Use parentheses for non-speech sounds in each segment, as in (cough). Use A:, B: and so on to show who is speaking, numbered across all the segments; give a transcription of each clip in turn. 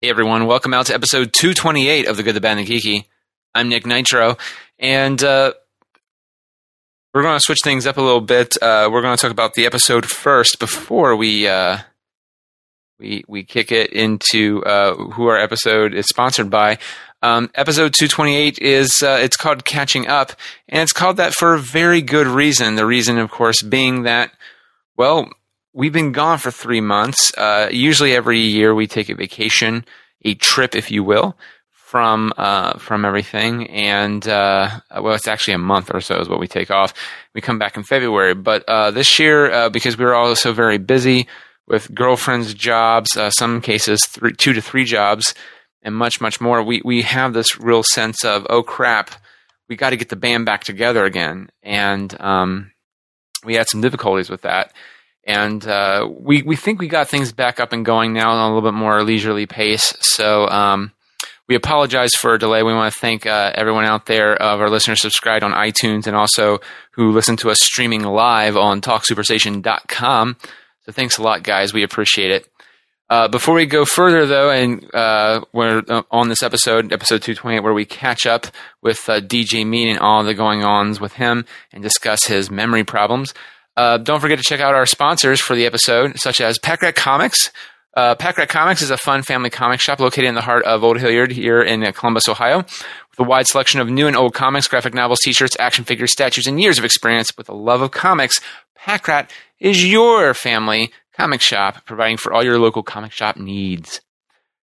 A: Hey everyone, welcome out to episode 228 of The Good, the Bad, and the Geeky. I'm Nick Nitro, and uh, we're going to switch things up a little bit. Uh, we're going to talk about the episode first before we uh, we we kick it into uh, who our episode is sponsored by. Um, episode 228 is uh, it's called Catching Up, and it's called that for a very good reason. The reason, of course, being that well, we've been gone for three months. Uh, usually, every year we take a vacation, a trip, if you will, from uh, from everything. And uh, well, it's actually a month or so is what we take off. We come back in February, but uh, this year uh, because we were all so very busy with girlfriends' jobs, uh, some cases three, two to three jobs, and much much more. We we have this real sense of oh crap. We got to get the band back together again, and um, we had some difficulties with that and uh, we we think we got things back up and going now on a little bit more leisurely pace. So um, we apologize for a delay. We want to thank uh, everyone out there of our listeners subscribed on iTunes and also who listen to us streaming live on TalkSuperstation.com. So thanks a lot, guys. We appreciate it. Uh, before we go further, though, and uh, we're uh, on this episode, episode 228, where we catch up with uh, DJ Mean and all the going ons with him and discuss his memory problems. Uh, don't forget to check out our sponsors for the episode, such as Pack Rat Comics. Uh, Pack Rat Comics is a fun family comic shop located in the heart of Old Hilliard here in uh, Columbus, Ohio, with a wide selection of new and old comics, graphic novels, t-shirts, action figures, statues, and years of experience with a love of comics. Pack Rat is your family comic shop, providing for all your local comic shop needs.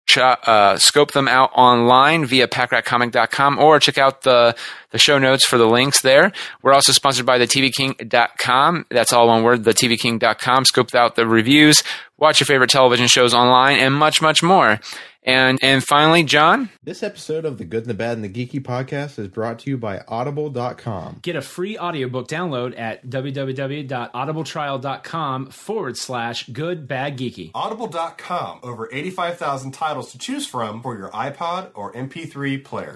A: Ch- uh, scope them out online via packratcomic.com or check out the, the show notes for the links there. We're also sponsored by the tvking.com. That's all one word, the tvking.com. Scope out the reviews, watch your favorite television shows online, and much, much more. And and finally, John,
B: This episode of the Good, the Bad, and the Geeky podcast is brought to you by Audible.com.
C: Get a free audiobook download at www.audibletrial.com forward slash good bad geeky.
D: Audible.com, over 85,000 titles to choose from for your iPod or MP3 player.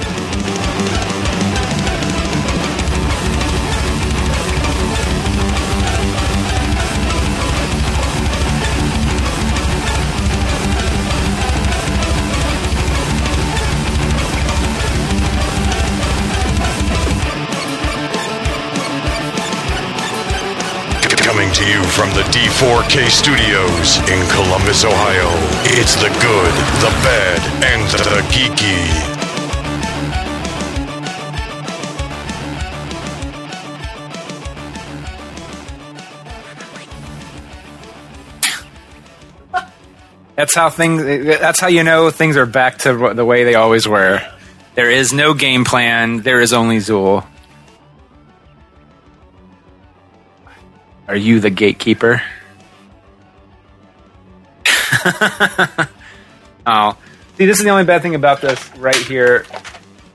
E: Coming to you from the D4K studios in Columbus, Ohio, it's the good, the bad, and the geeky.
A: that's how things. That's how you know things are back to the way they always were. There is no game plan. There is only Zool. Are you the gatekeeper? (laughs) oh, see, this is the only bad thing about this right here.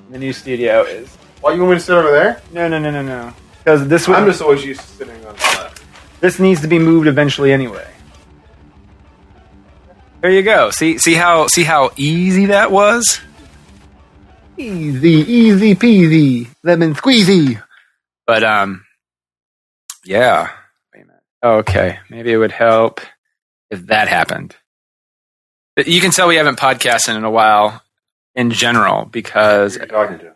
A: in The new studio is
F: Why Oh, you want me to sit over there?
A: no, no, no, no, no. Because this
F: I'm
A: would-
F: just always used to sitting on the left.
A: this needs to be moved eventually anyway. There you go. See see how see how easy that was? Easy, easy peasy. Lemon squeezy. But um Yeah. Wait a minute. Oh, Okay. Maybe it would help if that happened. But You can tell we haven't podcasted in a while in general because
F: Who are you talking to?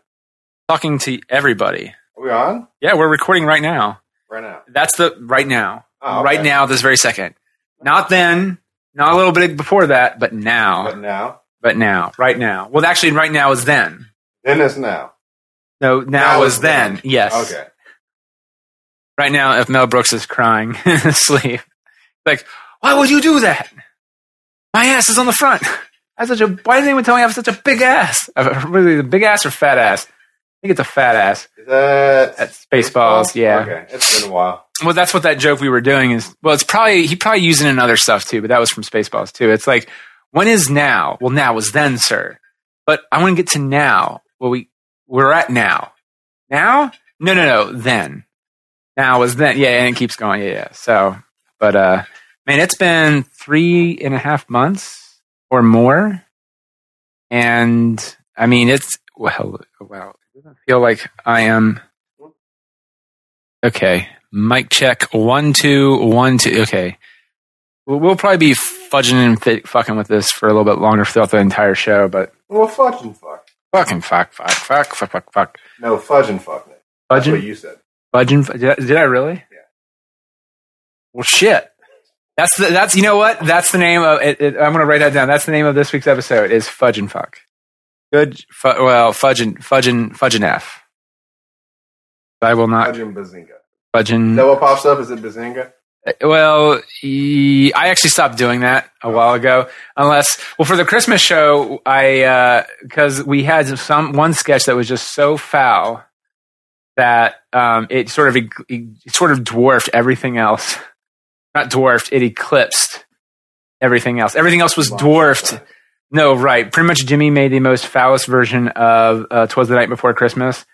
A: talking to everybody.
F: Are we on
A: Yeah, we're recording right now.
F: right now?
A: That's the right now.
F: Oh, okay.
A: Right now, this very second. Not then, not a little bit before that, but
F: But
A: now.
F: now,
A: But now, right now. Well, actually, right now is then.
F: then it's now.
A: No, now,
F: Now
A: is
F: is
A: then.
F: then.
A: Yes.
F: Okay.
A: Right now, if Mel Brooks is crying (laughs) in his sleep, like, why would you do that? My ass is on the front. I have such a. Why did anyone tell me I have such a big ass? I have a- Really, a big ass or fat ass? I think it's a fat ass.
F: Is that
A: At Spaceballs, yeah.
F: Okay, it's been a while.
A: Well, that's what that joke we were doing is. Well, it's probably he probably using it in other stuff too, but that was from Spaceballs too. It's like when is now? Well, now was then, sir. But I want to get to now. Well, we we're at now. Now? No, no, no. Then. Now was then, yeah, and it keeps going, yeah, yeah. So, but uh, man, it's been three and a half months or more, and I mean, it's well, wow, it doesn't feel like I am. Okay, mic check one two one two. Okay, we'll, we'll probably be fudging and fi- fucking with this for a little bit longer throughout the entire show, but
F: Well, fudge and fuck.
A: fucking fuck, fuck, fuck, fuck, fuck, fuck.
F: No, fudge and fuck, Nick. That's
A: Fudging,
F: what you said.
A: Budging? Did I, did I really?
F: Yeah.
A: Well, shit. That's the, that's you know what that's the name of it, it, I'm gonna write that down. That's the name of this week's episode is Fudge and Fuck. Good. Fu- well, Fudge and Fudge and Fudge and F. I will not
F: Fudge and bazinga.
A: fudge
F: Is
A: and.
F: that what pops up? Is it bazinga?
A: Well, e- I actually stopped doing that a while ago, unless well for the Christmas show, I because we had some one sketch that was just so foul that um, it sort of eg- it sort of dwarfed everything else. (laughs) Not dwarfed, it eclipsed everything else. Everything else was dwarfed. No, right. Pretty much, Jimmy made the most foulest version of uh, "Twas the Night Before Christmas,"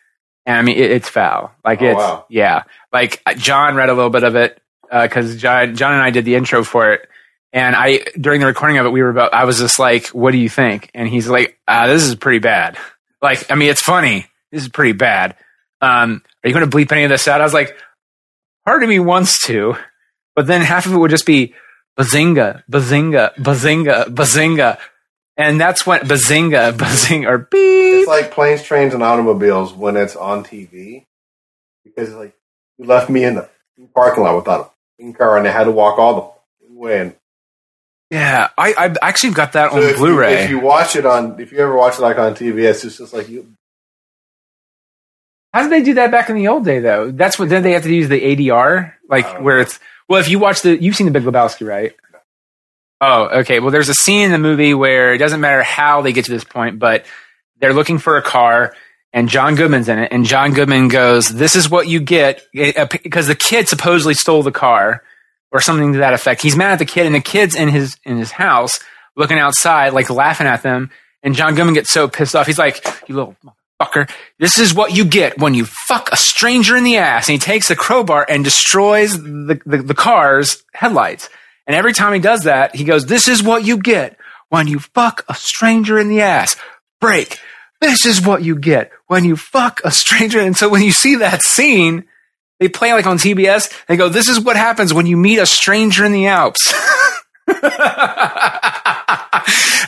A: and I mean, it, it's foul. Like
F: Oh,
A: it's
F: wow.
A: yeah. Like uh, John read a little bit of it because John, John and I did the intro for it, and I during the recording of it, we were about. I was just like, "What do you think?" And he's like, uh, "This is pretty bad." Like, I mean, it's funny. This is pretty bad. Um, are you going to bleep any of this out? I was like, part of me wants to, but then half of it would just be bazinga, bazinga, bazinga, bazinga. And that's when bazinga, bazinga, or beep.
F: It's like planes, trains, and automobiles when it's on TV. Because like you left me in the parking lot without a fucking car, and I had to walk all the fucking way. And
A: yeah, I, I actually got that
F: so
A: on
F: if you-
A: Blu
F: if
A: ray.
F: you watch it on, if you ever watch it like on TV, it's just, just like you.
A: How did they do that back in the old day, though? That's what, then they have to use the ADR,
F: I
A: like
F: don't
A: where it's, well, if you watch the, you've seen the Big Lebowski, right? Oh, okay. Well, there's a scene in the movie where it doesn't matter how they get to this point, but they're looking for a car and John Goodman's in it. And John Goodman goes, This is what you get. eh, Because the kid supposedly stole the car or something to that effect. He's mad at the kid and the kid's in his, in his house looking outside, like laughing at them. And John Goodman gets so pissed off. He's like, You little fucker. This is what you get when you fuck a stranger in the ass. And he takes the crowbar and destroys the, the, the car's headlights. And every time he does that, he goes, This is what you get when you fuck a stranger in the ass. Break. This is what you get when you fuck a stranger. And so when you see that scene, they play like on TBS. They go, This is what happens when you meet a stranger in the Alps. (laughs) and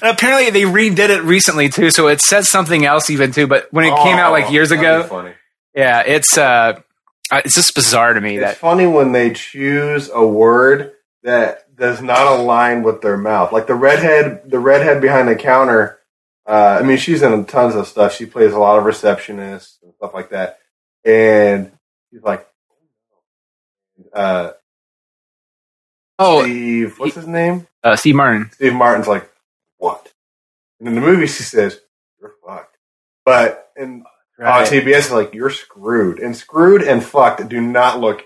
A: apparently they redid it recently too, so it says something else even too. But when it came out like
F: Oh,
A: years
F: that'd
A: ago,
F: be funny.
A: yeah, it's uh, uh, it's just bizarre to me
F: It's
A: that
F: funny when they choose a word that does not align with their mouth. Like the redhead, the redhead behind the counter. Uh, I mean, she's in tons of stuff. She plays a lot of receptionists and stuff like that. And she's like, uh,
A: oh,
F: Steve, what's his name?
A: uh, Steve Martin.
F: Steve Martin's like, what? And in the movie, she says, you're fucked. But in on TBS, it's like, you're screwed. And screwed and fucked do not look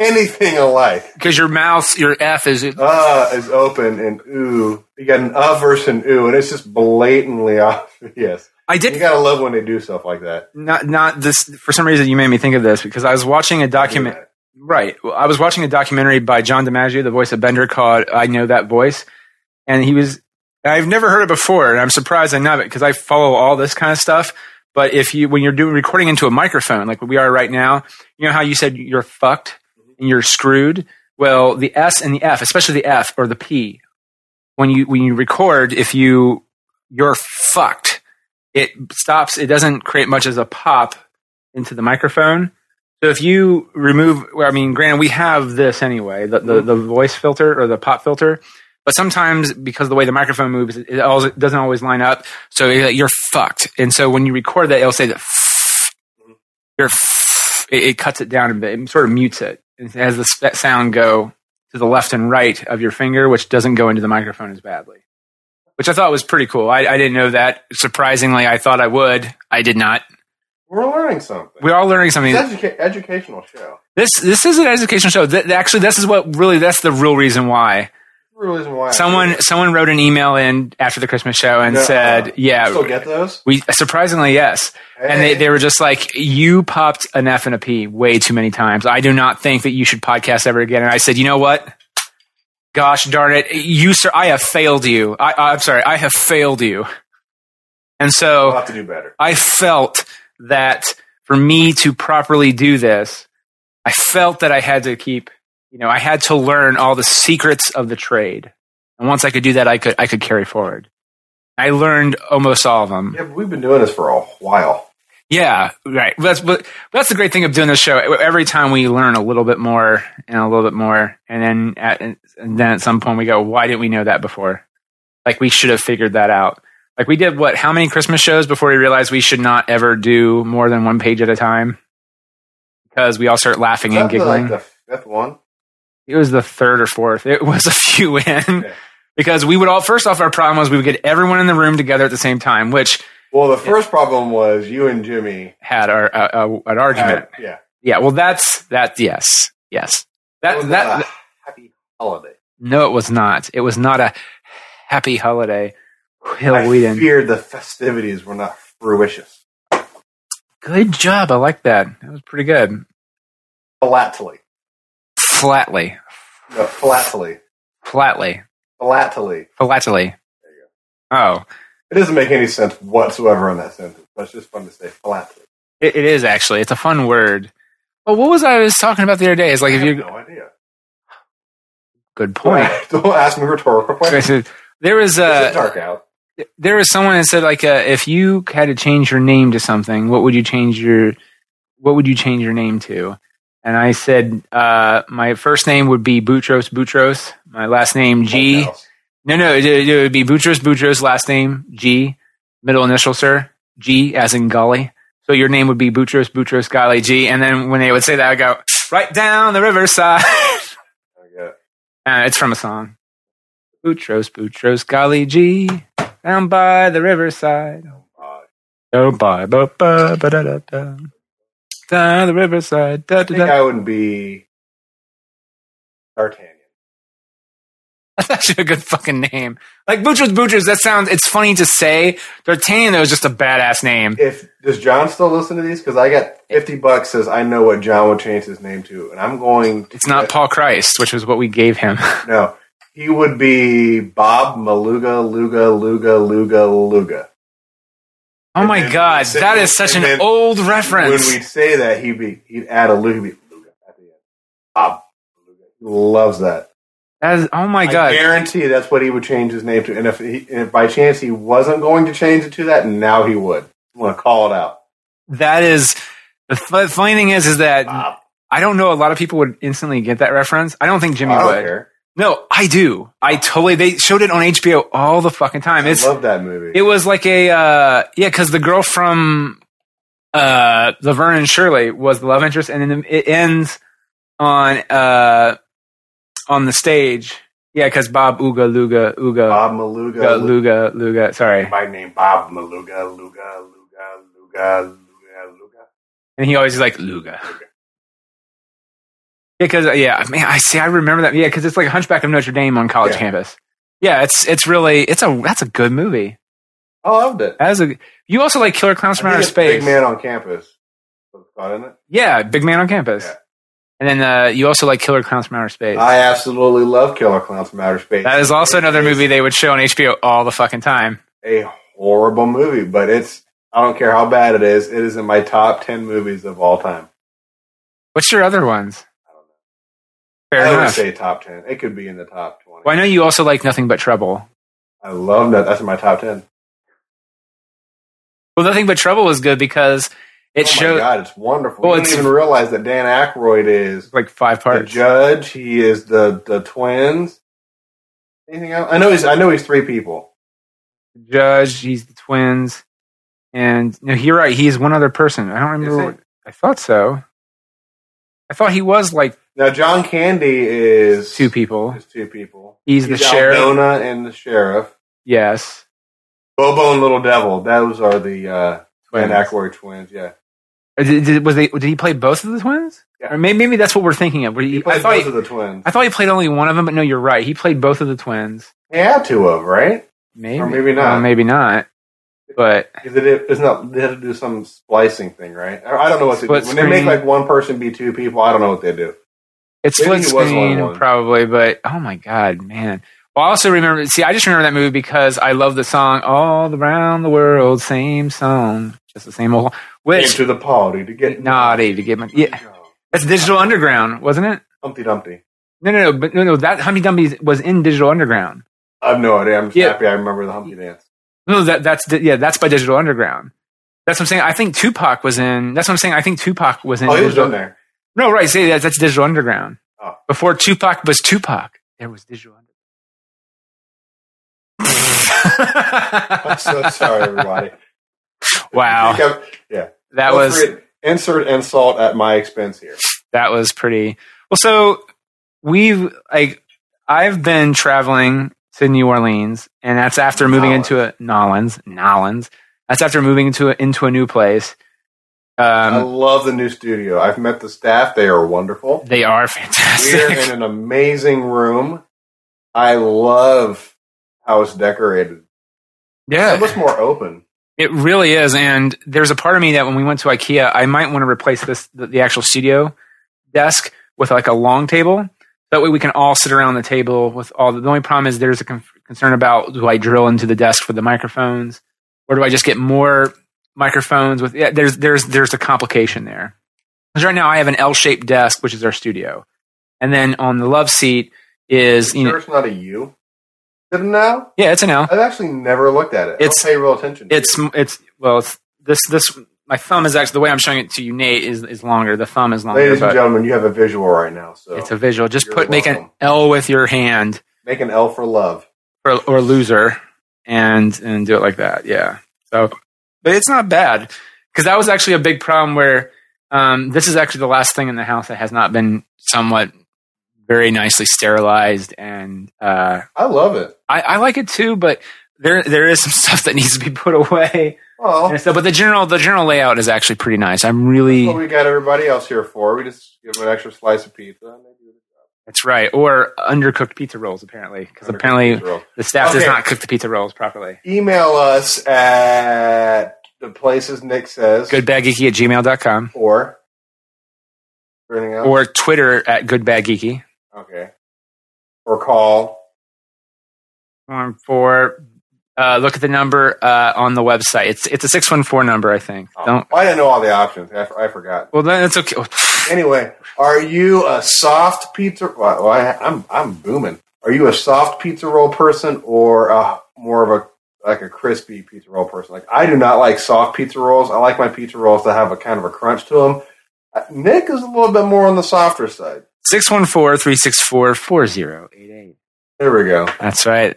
F: anything alike.
A: because your mouth, your F is
F: uh is open and ooh. You got an uh versus an ooh, and it's just blatantly (laughs) obvious.
A: I
F: You
A: did
F: gotta love when they do stuff like that.
A: not not this for some reason. You made me think of this because I was watching a document. Right. Well, I was watching a documentary by John DiMaggio, the voice of Bender, called "I Know That Voice," and he was. I've never heard it before, and I'm surprised I know it because I follow all this kind of stuff. But if you, when you're doing recording into a microphone, like we are right now, you know how you said you're fucked and you're screwed. Well, the S and the F, especially the F or the P, when you when you record, if you you're fucked, it stops. It doesn't create much as a pop into the microphone. So if you remove, well, I mean, granted, we have this anyway, the, the, the voice filter or the pop filter, but sometimes because of the way the microphone moves, it, it, always, it doesn't always line up. So you're, like, you're fucked. And so when you record that, it'll say that (laughs) you're, (laughs) f- it, it cuts it down a bit. It sort of mutes it. It has the, that sound go to the left and right of your finger, which doesn't go into the microphone as badly. Which I thought was pretty cool. I, I didn't know that. Surprisingly, I thought I would. I did not.
F: We're learning something.
A: We're all learning something.
F: it's an educa- educational show.
A: This this is an educational show. Th- actually, this is what really that's the real reason why
F: reason why. I do
A: Someone
F: it.
A: someone wrote an email in after the Christmas show and
F: No,
A: said,
F: uh,
A: "Yeah,
F: Still get those?
A: we surprisingly yes." And they,
F: Hey.
A: they were just like, "You popped an F and a P way too many times. I do not think that you should podcast ever again." And I said, "You know what? Gosh darn it, you sir, I have failed you. I, I'm sorry, I have failed you." And so
F: I'll have to do better.
A: I felt that for me to properly do this, I felt that I had to keep, you know, I had to learn all the secrets of the trade. And once I could do that, I could I could carry forward. I learned almost all of them.
F: Yeah, but we've been doing this for a while.
A: Yeah, right. That's but that's the great thing of doing this show. Every time we learn a little bit more and a little bit more, and then at, and then at some point we go, "Why didn't we know that before? Like we should have figured that out." Like we did what? How many Christmas shows before we realized we should not ever do more than one page at a time because we all start laughing
F: Is that
A: and
F: the,
A: giggling.
F: like the fifth one?
A: it was the third or fourth. It was a (laughs) few in because we would all. First off, our problem was we would get everyone in the room together at the same time, which
F: Well, the first problem was you and Jimmy.
A: had our uh, uh, an argument.
F: Had, yeah.
A: Yeah, well, that's that. Yes, yes. That
F: It was
A: that,
F: a
A: that
F: happy holiday.
A: no, it was not. It was not a happy holiday.
F: I
A: Hill Whedon.
F: feared the festivities were not fruitious.
A: good job. I like that. That was pretty good.
F: Flatly.
A: Flatly,
F: No, flatly.
A: flatly,
F: Flatly.
A: flatly. Oh,
F: It doesn't make any sense whatsoever in that sentence, but it's just fun to say flatly.
A: it, it is actually. It's a fun word. Well, what was I was talking about the other day? It's like
F: I
A: if
F: have
A: you
F: no idea.
A: good point.
F: (laughs)
A: uh,
F: Don't ask me rhetorical questions.
A: (laughs) There is
F: It's
A: a
F: dark out.
A: there is someone that said like uh, if you had to change your name to something, what would you change your what would you change your name to? And I said uh, my first name would be Boutros Boutros. My last name
F: Oh,
A: G. No, no, it, it would be Boutros Boutros. Last name G. Middle initial sir G as in Golly. So your name would be Boutros Boutros Golly G. And then when they would say that, I go right down the riverside.
F: I get it.
A: (laughs) Uh, it's from a song. Boutros, Boutros, golly gee, down by the riverside.
F: uh,
A: Down by, Oh, ba, ba, ba, da, da, da. Down the riverside, da,
F: I
A: da,
F: think
A: da.
F: I would be D'Artagnan.
A: That's actually a good fucking name. Like Boutros, Boutros, that sounds, it's funny to say. D'Artagnan, though, is just a badass name.
F: If does John still listen to these? Because I got fifty bucks. Says I know what John would change his name to, and I'm going. To
A: It's not Paul Christ, which was what we gave him. (laughs) Oh
F: No, he would be Bob Maluga Luga Luga Luga Luga.
A: Oh
F: And
A: my
F: then
A: god,
F: we said-
A: that is such
F: and
A: an
F: then
A: old
F: When
A: reference.
F: we'd say that, he'd be he'd add a Luga, he'd be Luga at the end. Bob Maluga. He loves that.
A: That is, oh my god.
F: I guarantee that's what he would change his name to. And if he, and if by chance he wasn't going to change it to that, now he would. I'm going to call it out.
A: That is, the fu- funny thing is, is that
F: Bob.
A: I don't know. A lot of people would instantly get that reference. I don't think Jimmy
F: I don't
A: would.
F: care.
A: No, I do. I totally. They showed it on HBO all the fucking time. It's
F: I love that movie.
A: it was like a uh, yeah, because the girl from uh, Laverne and Shirley was the love interest, and then it ends on uh, on the stage. Yeah, because Bob Ooga Luga Ooga
F: Bob Maluga.
A: Luga Luga Luga. Sorry,
F: My name Bob Maluga Luga Luga Luga Luga Luga.
A: and he always is like Luga. Yeah, because yeah, man, I see. I remember that. Yeah, because it's like Hunchback of Notre Dame on college
F: Yeah.
A: campus. Yeah, it's it's really it's a that's a good movie.
F: I loved it.
A: As a you also like Killer Clowns from
F: I
A: Outer
F: think it's Big
A: Space.
F: Man on Campus. That's what it's called, isn't
A: Yeah, Big Man on Campus.
F: Yeah.
A: And then uh, you also like Killer Clowns from Outer Space.
F: it? I absolutely love Killer Clowns from Outer Space.
A: that is also another movie they would show on HBO all the fucking time.
F: a horrible movie, but it's I don't care how bad it is, it is in my top ten movies of all time.
A: What's your other ones? Fair
F: I would
A: enough.
F: say top ten. It could be in the top twenty.
A: Well, I know you also like Nothing But Trouble.
F: I love that. That's in my top ten.
A: Well, Nothing But Trouble is good because it
F: oh
A: shows
F: my god, it's wonderful.
A: Well,
F: you
A: it's-
F: don't even realize that Dan Aykroyd is
A: like five
F: the
A: parts.
F: judge. He is the the twins. Anything else? I know he's I know he's three people.
A: judge. He's the twins, and no, you're right. He's one other person. I don't
F: Is
A: remember.
F: he?
A: What, I thought so. I thought he was like
F: Now John Candy is
A: two people.
F: Is two people.
A: He's, the sheriff.
F: Aldona and the sheriff.
A: Yes,
F: Bobo and Little Devil. Those are the uh, Dan
A: Twins.
F: Aykroyd twins. Yeah.
A: Or Did, did- was they? Did he play both of the twins? Or maybe, maybe that's what we're thinking of. We-
F: He
A: I
F: played
A: thought
F: both
A: he,
F: of the twins.
A: I thought he played only one of them, but no, you're right. He played both of the twins.
F: He had two of, right?
A: Maybe
F: Or maybe not.
A: Well, maybe not. But
F: Because it, it's not they had to do some splicing thing, right? I I don't know what they
A: Split
F: do. When they make
A: screen.
F: like one person be two people, I don't know what they do.
A: It's
F: Maybe
A: split
F: he was one of
A: screen,
F: one.
A: probably, but oh my god, man. Well, I also remember. See, I just remember that movie because I love the song "All Around the World," same song, just the same old.
F: Came
A: Which
F: to the party to get
A: naughty to get my yeah. That's Digital Underground, wasn't it?
F: Humpty Dumpty.
A: No, no, no, but no, no. That Humpty Dumpty was in Digital Underground.
F: I have no idea. I'm just
A: Yeah.
F: happy I remember the Humpty Dance.
A: No, that that's yeah, that's by Digital Underground. That's what I'm saying. I think Tupac was in. That's what I'm saying. I think Tupac was in.
F: Oh, he was
A: Digital- (laughs)
F: done there.
A: No, right. See, that's, that's Digital Underground.
F: Oh.
A: Before Tupac was Tupac, there was Digital
F: (laughs) I'm
A: Underground.
F: so sorry, everybody.
A: wow,
F: Think of- yeah,
A: that
F: Feel
A: was
F: free to insert insult at my expense here.
A: that was pretty. Well, so we've like I've been traveling to New Orleans, and that's after moving
F: Nolens.
A: into a Nolens, Nolens. That's after moving into a, into a new place.
F: I
A: Um,
F: love the new studio. I've met the staff; they are wonderful.
A: they are
F: We are
A: fantastic. (laughs)
F: in an amazing room. I love how it's decorated.
A: yeah,
F: It looks more open.
A: It really is, and there's a part of me that when we went to IKEA, I might want to replace this the, the actual studio desk with like a long table. That way, we can all sit around the table with all. The, the only problem is there's a con- concern about do I drill into the desk for the microphones, or do I just get more microphones with? Yeah, there's there's there's a complication there. Because right now I have an L-shaped desk, which is our studio, and then on the love seat is you
F: Sure,
A: know,
F: it's not a U. Is it now?
A: yeah, it's an L.
F: I've actually never looked at it.
A: It's-
F: I don't pay real attention. To
A: it's
F: it.
A: it's well it's this this my thumb is actually the way I'm showing it to you, Nate, is is longer. The thumb is longer,
F: ladies and
A: but
F: gentlemen, you have a visual right now. So
A: it's a visual. Just
F: You're
A: put make an
F: welcome.
A: L with your hand
F: make an L for love.
A: or or loser and and do it like that. Yeah. So, but it's not bad because that was actually a big problem where um, this is actually the last thing in the house that has not been somewhat very nicely sterilized and uh,
F: I love it.
A: I, I like it too, but there there is some (laughs) stuff that needs to be put away.
F: Well,
A: And so, but the general the general layout is actually pretty nice. I'm really
F: what we got everybody else here for? We just give them an extra slice of pizza. and they do the job.
A: that's right. Or undercooked pizza rolls apparently, because apparently
F: Pizza roll.
A: the staff does
F: Okay.
A: not cook the pizza rolls properly.
F: email us at the places Nick says
A: Goodbadgeeky at gmail.com
F: or or anything else.
A: or Twitter at goodbadgeeky
F: okay or call
A: Um, for uh, look at the number uh, on the website. It's it's a six one four number, I think.
F: Oh,
A: Don't.
F: I didn't know all the options. I, I forgot.
A: Well, then it's okay.
F: Anyway, are you a soft pizza? Well, I, I'm I'm booming. Are you a soft pizza roll person or a, more of a like a crispy pizza roll person? Like I do not like soft pizza rolls. I like my pizza rolls to have a kind of a crunch to them. Nick is a little bit more on the softer side.
A: 614 364 4088.
F: There we go.
A: That's right.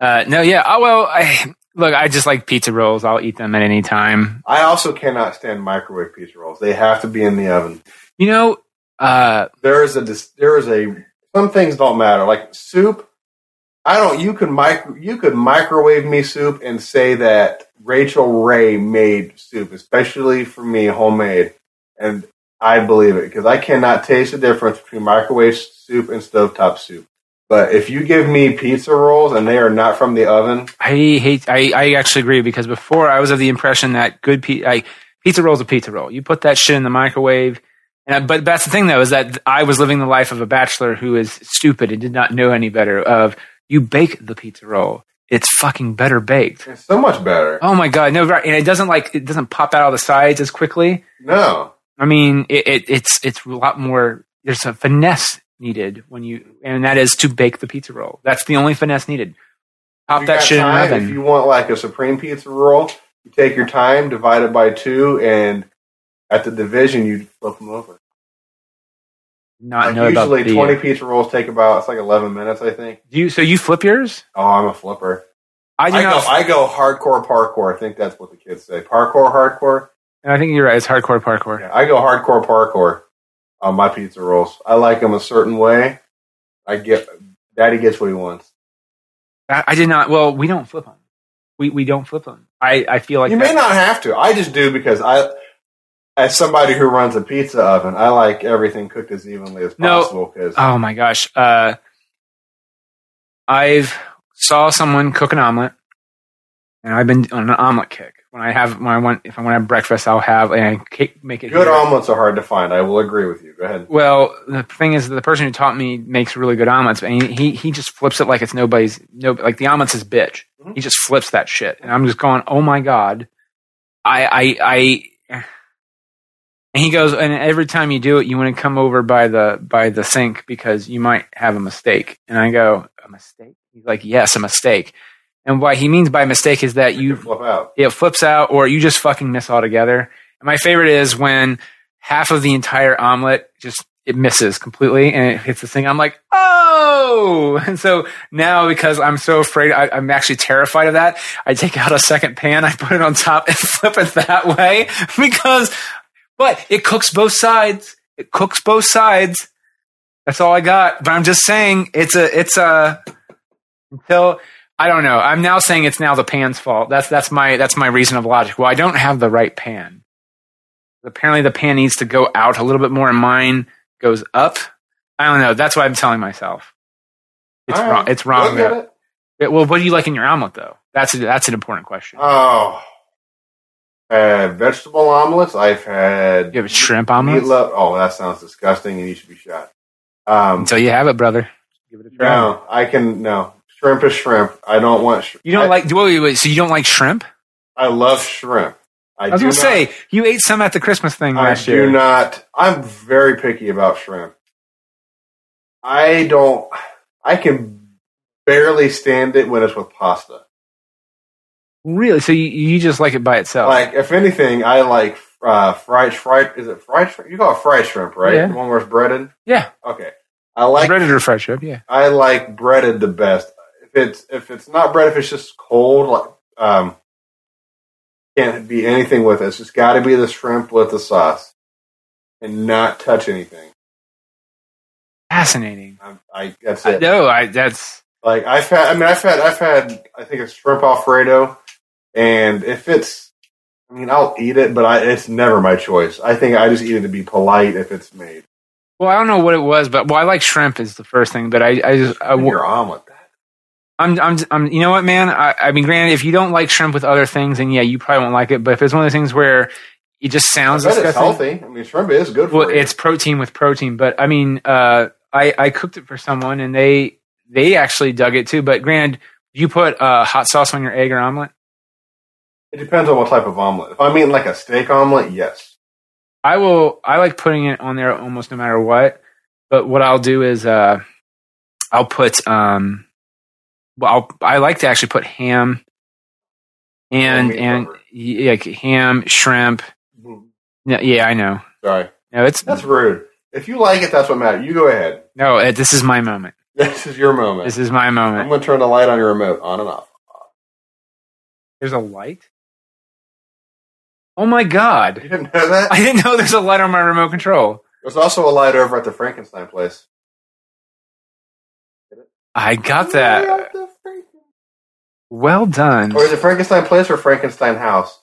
A: Uh, no, yeah. Oh, well, I, look, I just like pizza rolls. I'll eat them at any time.
F: I also cannot stand microwave pizza rolls. They have to be in the oven.
A: You know, uh,
F: There is a dis- there is a some things don't matter. Like soup, I don't. You could micro you could microwave me soup and say that Rachel Ray made soup, especially for me homemade, and I believe it because I cannot taste the difference between microwave soup and stovetop soup. But if you give me pizza rolls and they are not from the oven,
A: I hate. I, I actually agree because before I was of the impression that good pe- I, pizza roll's a pizza roll. You put that shit in the microwave. And I, but that's the thing though is that I was living the life of a bachelor who is stupid and did not know any better. Of you bake the pizza roll, it's fucking better baked.
F: it's so much better.
A: Oh my god, no! Right, and it doesn't like it doesn't pop out of the sides as quickly.
F: No,
A: I mean, it, it, it's it's a lot more. There's a finesse needed when you, and that is to bake the pizza roll. That's the only finesse needed. Pop
F: you
A: that
F: got
A: shit in an
F: time,
A: oven.
F: If you want like a supreme pizza roll, you take your time, divide it by two, and at the division you flip them over.
A: not
F: Like,
A: know about
F: usually,
A: the uh,
F: twenty pizza rolls take about it's like eleven minutes, I think.
A: Do you so you flip yours?
F: Oh, I'm a flipper.
A: I do
F: I go,
A: not.
F: I go hardcore parkour. I think that's what the kids say. Parkour, hardcore.
A: and I think you're right. It's hardcore parkour.
F: Yeah, I go hardcore parkour on my pizza rolls. I like them a certain way. I get daddy gets what he wants.
A: I, I did not. Well, we don't flip them. We we don't flip them. I I feel like
F: you
A: that-
F: may not have to. I just do because I as somebody who runs a pizza oven, I like everything cooked as evenly as
A: No.
F: possible because
A: Oh my gosh. Uh, I've saw someone cook an omelet, and I've been on an omelet kick. When I have when I want if I want to have breakfast, I'll have and I ca- make it
F: good
A: here.
F: omelets are hard to find. I will agree with you. Go ahead.
A: Well, the thing is, the person who taught me makes really good omelets, and he he, he just flips it like it's nobody's no like the omelet's his bitch. He just flips that shit, and I'm just going, oh my god, I I I. And he goes, and every time you do it, you want to come over by the by the sink because you might have a mistake. And I go, a mistake? He's like, yes, a mistake. And what he means by mistake is that
F: You
A: you
F: flip out.
A: it flips out or you just fucking miss altogether. And my favorite is when half of the entire omelet just it misses completely and it hits the thing. I'm like, oh! (laughs) And so now because I'm so afraid, I, I'm actually terrified of that. I take out a second pan, I put it on top and (laughs) flip it that way (laughs) because, but it cooks both sides. It cooks both sides. That's all I got. But I'm just saying, it's a, it's a, until I don't know. I'm now saying it's now the pan's fault. That's that's my that's my reason of logic. Well, I don't have the right pan. Apparently, the pan needs to go out a little bit more, and mine goes up. I don't know. That's what I'm telling myself. It's
F: All right.
A: wrong. It's wrong.
F: Look at
A: though.
F: it.
A: Yeah, Well, what do you like in your omelet, though? That's a, that's an important question.
F: Oh, had vegetable omelets. I've had
A: you have a shrimp
F: meat
A: omelet
F: loaf. Oh, that sounds disgusting, and you should be shot. Um,
A: until you have it, brother. Give it a try.
F: no, I can no. Shrimp is shrimp. I don't want. Sh-
A: You don't
F: I,
A: like wait, wait, wait, so you don't like shrimp?
F: I love shrimp. I,
A: I was
F: do
A: gonna
F: not-
A: say you ate some at the Christmas thing
F: I
A: last year.
F: do not. I'm very picky about shrimp. I don't. I can barely stand it when it's with pasta.
A: Really? So you, you just like it by itself?
F: Like, if anything, I like uh, fried fried. Is it fried? shrimp? You call it fried shrimp, right?
A: Yeah.
F: The one where it's breaded.
A: yeah,
F: Okay. I like
A: breaded or fresh shrimp? Yeah.
F: I like breaded the best. If it's if it's not bread, if it's just cold, like um, can't be anything with it. It's just got to be the shrimp with the sauce, and not touch anything.
A: Fascinating.
F: I, I that's
A: I
F: it.
A: know. I that's
F: Like I've had, I mean, I've had, I've had, I think it's shrimp alfredo, and if it's, I mean, I'll eat it, but I, it's never my choice. I think I just eat it to be polite if it's made.
A: well, I don't know what it was, but well, I like shrimp is the first thing, but I I just I,
F: And your omelet,
A: I'm, I'm I'm you know what, man? I, I mean, granted, if you don't like shrimp with other things, then yeah, you probably won't like it. But if it's one of those things where it just
F: I
A: sounds
F: bet
A: disgusting,
F: it's healthy. I mean, shrimp is good for
A: Well,
F: you.
A: it's protein with protein, but I mean, uh, I I cooked it for someone, and they they actually dug it too. But granted, you put uh, hot sauce on your egg or omelet.
F: It depends on what type of omelet. If I'm eating like a steak omelet, yes.
A: I will. I like putting it on there almost no matter what. But what I'll do is uh, I'll put um, well, I'll, I like to actually put ham and
F: Homemade
A: and
F: cover.
A: yeah, like ham, shrimp. Mm-hmm. No, yeah, I know.
F: Sorry,
A: No, it's
F: that's rude. If you like it, that's what matters. You go ahead. (laughs)
A: no. uh, This is my moment.
F: This is your moment.
A: This is my
F: I'm
A: moment.
F: going to turn the light on your remote on and off.
A: There's a light. Oh my god.
F: You didn't know
A: (laughs)
F: that?
A: I didn't know there's a light on my remote control.
F: There's also a light over at the Frankenstein place.
A: I got that. Well done.
F: Or is it Frankenstein Place or Frankenstein House?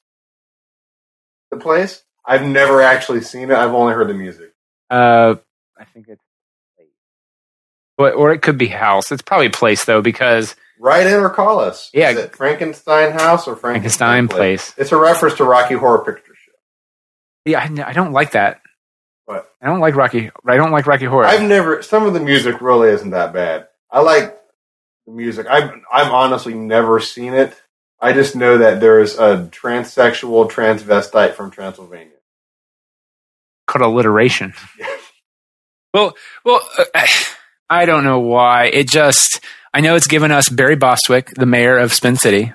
F: The place? I've never actually seen it. I've only heard the music.
A: Uh, I think it's but or it could be house. It's probably place though because
F: Write in or call us.
A: Yeah.
F: Is it Frankenstein House or
A: Frankenstein
F: Frankenstein,
A: Place.
F: It's a reference to Rocky Horror Picture Show.
A: Yeah, I, I don't like that.
F: What?
A: I don't like Rocky. I don't like Rocky Horror.
F: I've never. Some of the music really isn't that bad. I like the music. I've I've honestly never seen it. I just know that there is a transsexual transvestite from Transylvania.
A: called alliteration. well, well, uh, I don't know why. It just I know it's given us Barry Bostwick, the mayor of Spin City.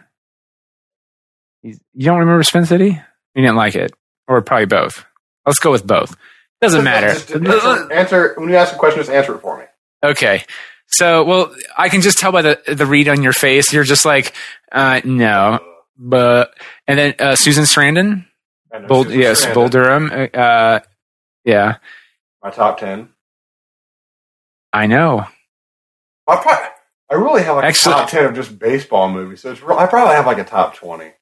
A: He's- You don't remember Spin City? You didn't like it, or probably both. Let's go with both. Doesn't matter.
F: Just answer, (laughs) answer when you ask a question. Just answer it for me.
A: Okay. So, well, I can just tell by the the read on your face. You're just like, uh, no, but and then uh, Susan Sarandon,
F: I know
A: Bull,
F: Susan
A: yes,
F: Sarandon,
A: Bull Durham, uh, yeah,
F: My top ten.
A: I know.
F: I probably, I really have like
A: Actually-
F: a top ten of just baseball movies. So it's real, I probably have like a top twenty.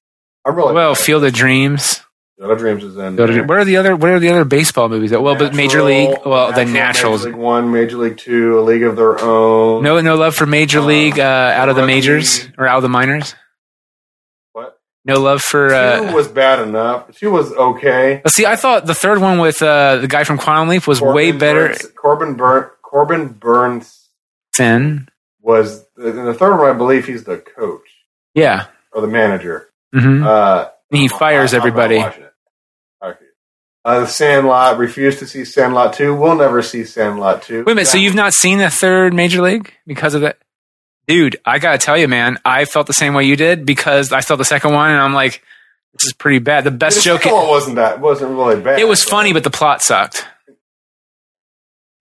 F: I really
A: Well, Field of Dreams.
F: Dota Dreams is in. there.
A: What are the other? What are the other baseball movies? That, well, but Major
F: Natural-
A: League. Well, the Nationals.
F: Major League One, Major League Two, A League of Their Own.
A: No, no love for Major
F: Uh,
A: League. Uh, out of the
F: rugby.
A: majors or out of the minors.
F: What?
A: No love for.
F: Two
A: Uh,
F: was bad enough. Two was okay.
A: see, I thought the third one with uh, the guy from Quantum Leap was way better
F: Burns, Corbin Burn Corbin Burns
A: than.
F: was in the third one. I believe he's the coach
A: Yeah.
F: or the manager.
A: hmm
F: Uh,
A: he fires
F: I'm not
A: everybody.
F: watching it. Okay. Uh, the Sandlot. Refused to see Sandlot two. We'll never see Sandlot two.
A: Wait a minute. So you've not seen the third Major League because of that, dude? I gotta tell you, man, I felt the same way you did because I saw the second one and I'm like, this is pretty bad. The best
F: The
A: joke.
F: second one wasn't that wasn't really bad.
A: It was
F: but-
A: funny, but the plot sucked.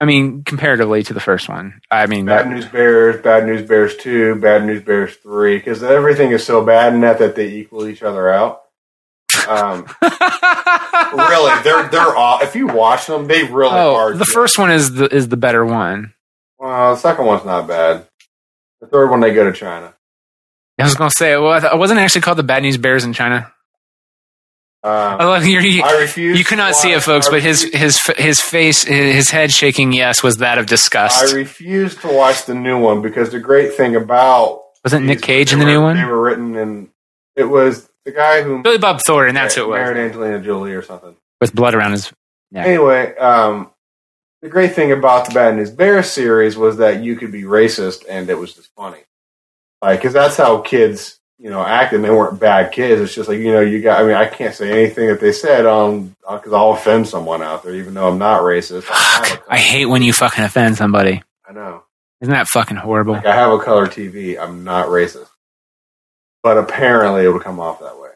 A: I mean, comparatively to the first one. I mean,
F: Bad
A: that-
F: News Bears, Bad News Bears 2, Bad News Bears 3, because everything is so bad in that that they equal each other out.
A: (laughs)
F: Um, (laughs) really, they're they're all. If you watch them, they really
A: oh,
F: are.
A: the first one is the is the better one.
F: well, the second one's not bad. The third one, they go to China.
A: I was gonna say, well, I th- it wasn't actually called the Bad News Bears in China. I
F: Um,
A: love you.
F: I refuse.
A: You could not
F: to
A: see it,
F: watch-
A: folks,
F: I
A: but his
F: refuse-
A: his f- his face, his head shaking yes was that of
F: I
A: disgust.
F: refuse to watch the new one because the great thing about
A: Wasn't Nick
F: these-
A: Cage
F: they
A: in the new
F: were- They
A: one?
F: were written in. It was the guy who
A: Billy Bob Thornton, that's who it was,
F: married Angelina Jolie or something.
A: with blood around his. Yeah.
F: Anyway, um, the great thing about the Bad News Bears series was that you could be racist and it was just funny. Like, because that's how kids, you know, acted. They weren't bad kids. It's just like, you know, you got, I mean, I can't say anything that they said on, because I'll offend someone out there, even though I'm not racist. I, have
A: Fuck!
F: a-
A: I hate when you fucking offend somebody.
F: I know.
A: Isn't that fucking horrible?
F: Like, I have a color TV. I'm not racist. But apparently it would come off that way.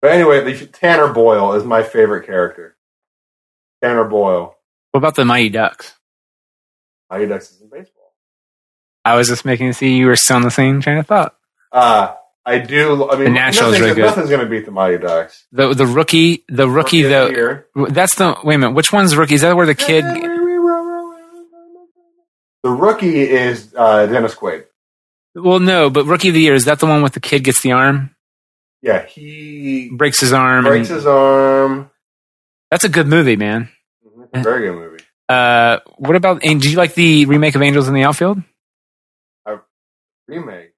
F: But anyway, the, Tanner Boyle is my favorite character. Tanner Boyle.
A: What about the Mighty Ducks?
F: Mighty Ducks is in baseball.
A: I was just making see you were still on the same train of thought.
F: Uh, I do. I mean,
A: The Nationals
F: nothing's,
A: are good.
F: nothing's going to beat the Mighty Ducks.
A: The the rookie, the rookie,
F: Rookie of the
A: though.
F: year.
A: That's the wait a minute. Which one's rookie? Is that where the
F: (laughs)
A: kid?
F: The rookie is uh, Dennis Quaid.
A: Well, no, but rookie of the year is that the one with the kid gets the arm,
F: Yeah, he
A: breaks his arm.
F: breaks
A: and-
F: his arm.
A: that's a good movie, man.
F: It's a very good movie.
A: Uh, what about? And do you like the remake of Angels in the Outfield?
F: Remake.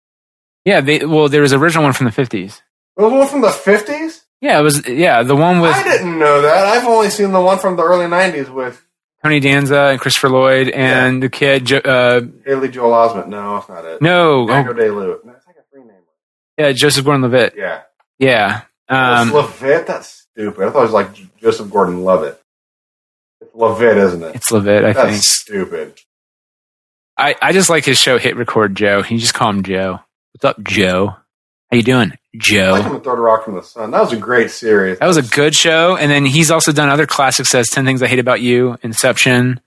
A: Yeah, they, well, there was the original one from the fifties.
F: It was one from the fifties.
A: Yeah, it was. Yeah, the one with
F: I didn't know that. I've only seen the one from the early nineties with
A: Tony Danza and Christopher Lloyd and the kid. Jo- Uh,
F: Haley Joel Osment. No, that's not it.
A: no,
F: Django
A: oh,
F: Day Lewis. No, it's like a free name.
A: yeah, Joseph Gordon-Levitt.
F: Yeah,
A: Yeah,
F: it's
A: um,
F: Levitt. That's stupid. I thought it was like J- Joseph Gordon-Levitt. It's Levitt, isn't it?
A: it's Levitt, I
F: That's
A: think.
F: stupid.
A: I, I just like his show Hit Record Joe. You just call him Joe. What's up, Joe? How you doing,
F: I like him
A: Joe?
F: in Third Rock from the Sun. That was a great series.
A: That was a good show. And then he's also done other classics as 10 Things I Hate About You, Inception.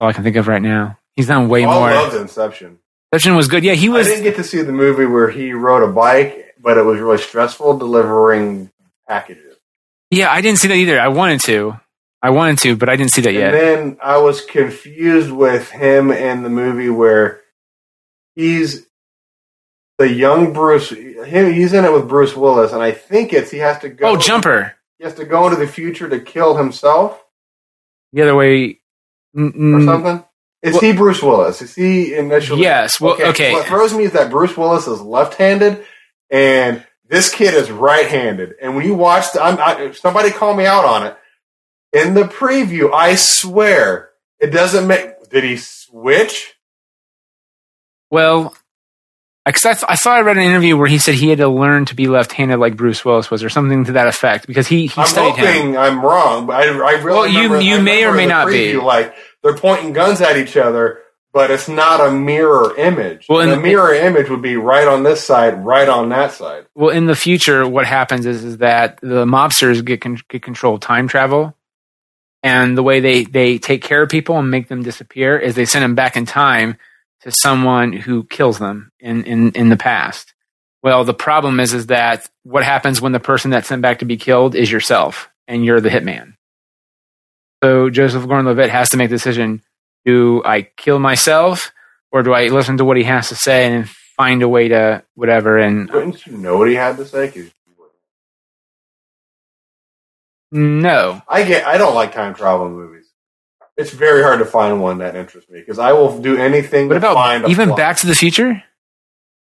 A: All I can think of right now. He's done way
F: Oh, I loved
A: more.
F: Inception.
A: Inception was good. Yeah, he was.
F: I didn't get to see the movie where he rode a bike, but it was really stressful delivering packages.
A: yeah, I didn't see that either. I wanted to. I wanted to, but I didn't see that
F: And
A: yet.
F: then I was confused with him and the movie where he's the young Bruce. Him, he's in it with Bruce Willis, and I think it's he has to go.
A: Oh, Jumper.
F: He has to go into the future to kill himself
A: The other way. Mm,
F: or
A: mm.
F: something. Is
A: Well-
F: he Bruce Willis? Is he initially?
A: Yes. Well, okay.
F: What throws me is that Bruce Willis is left-handed, and this kid is right-handed. And when you watch, the, I'm, I, somebody call me out on it. In the preview, I swear it doesn't make. Did he switch?
A: Well, because I, th- I thought I read an interview where he said he had to learn to be left-handed like Bruce Willis was, or something to that effect, because he, he
F: I'm
A: studied him.
F: hoping I'm wrong, but I, I really
A: Well, you-
F: remember-
A: you
F: I
A: may or
F: remember
A: may
F: the
A: not be.
F: preview, Like they're pointing guns at each other, but it's not a mirror image.
A: Well,
F: Well,
A: and-
F: a mirror image would be right on this side, right on that side.
A: Well, in the future, what happens is is that the mobsters get con- get control of time travel, and the way they they take care of people and make them disappear is they send them back in time to someone who kills them in in in the past. Well, the problem is is that what happens when the person that's sent back to be killed is yourself, and you're the hitman. So Joseph Gordon-Levitt has to make the decision: Do I kill myself, or do I listen to what he has to say and then find a way to whatever? And
F: Wouldn't you know what he had to say? 'Cause you were-
A: No.
F: I get. I don't like time travel movies. It's very hard to find one that interests me because I will do anything.
A: What
F: to find
A: about
F: a
A: even
F: flaw.
A: Back to the Future?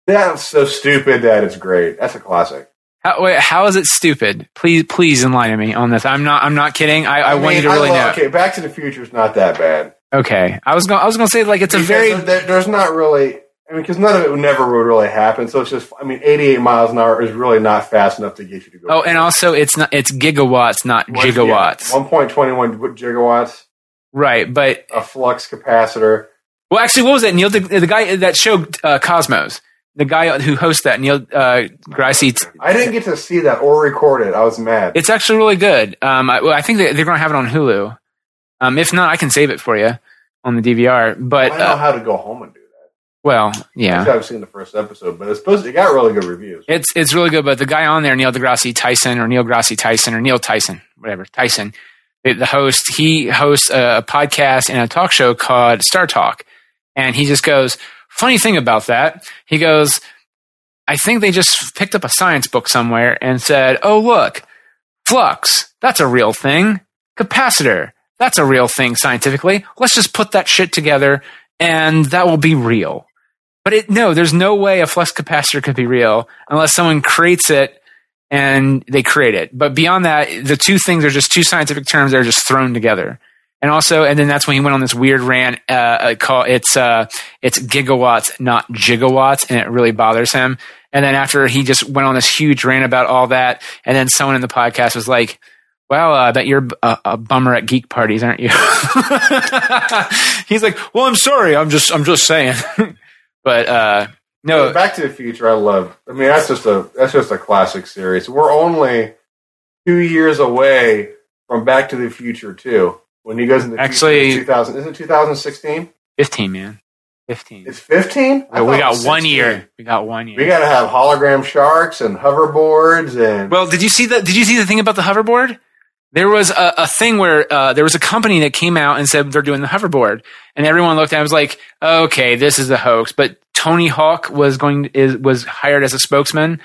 F: That's so stupid that it's great. That's a classic.
A: How, wait, how is it stupid? Please, please enlighten me on this. I'm not. I'm not kidding. I, I, want you
F: mean,
A: to
F: I
A: really
F: love- Okay, Back to the Future is not that bad.
A: know. Okay. I was going. I was going to say like it's a
F: Because
A: very.
F: there- there's not really. I mean, because none of it would never would really happen. So it's just. I mean, 88 miles an hour is really not fast enough to get you to go.
A: Oh, and also it's not. It's gigawatts, not
F: What- yeah,
A: gigawatts.
F: 1.21 gigawatts.
A: Right, but
F: A flux capacitor.
A: Well, actually, what was that? Neil, the, the guy that showed uh, Cosmos, the guy who hosts that, Neil uh, Gracie. t-
F: I didn't get to see that or record it. I was mad.
A: It's actually really good. Um, I, well, I think they, they're going to have it on Hulu. Um, if not, I can save it for you on the DVR. But
F: I know
A: uh,
F: how to go home and do that.
A: well,
F: I
A: yeah,
F: haven't seen the first episode, but it's supposed to, it got really good reviews.
A: it's it's really good. But the guy on there, Neil deGrasse Tyson or Neil Gracie Tyson or Neil Tyson, whatever Tyson, the, the host, he hosts a, a podcast and a talk show called Star Talk, and he just goes. Funny thing about that, he goes. I think they just picked up a science book somewhere and said, "Oh look, flux. That's a real thing. Capacitor. That's a real thing scientifically. Let's just put that shit together, and that will be real." But it, no, there's no way a flux capacitor could be real unless someone creates it and they create it. But beyond that, the two things are just two scientific terms that are just thrown together. And also, and then that's when he went on this weird rant. Uh, uh, call it's uh, it's gigawatts, not gigawatts, and it really bothers him. And then after he just went on this huge rant about all that, and then someone in the podcast was like, "Well, uh, I bet you're a, a bummer at geek parties, aren't you?" (laughs) He's like, "Well, I'm sorry, I'm just I'm just saying." (laughs) but uh, no,
F: Back to the Future, I love. I mean, that's just a that's just a classic series. We're only two years away from Back to the Future Two. When he goes into
A: Actually-
F: two thousand isn't two thousand sixteen?
A: 15, man. 15.
F: It's fifteen.
A: Well, Oh, we got one year. We got one year.
F: We got to have hologram sharks and hoverboards and
A: well, did you see the did you see the thing about the hoverboard? There was a, a thing where uh, there was a company that came out and said they're doing the hoverboard, and everyone looked at. it and was like, okay, this is a hoax. But Tony Hawk was going is was hired as a spokesman,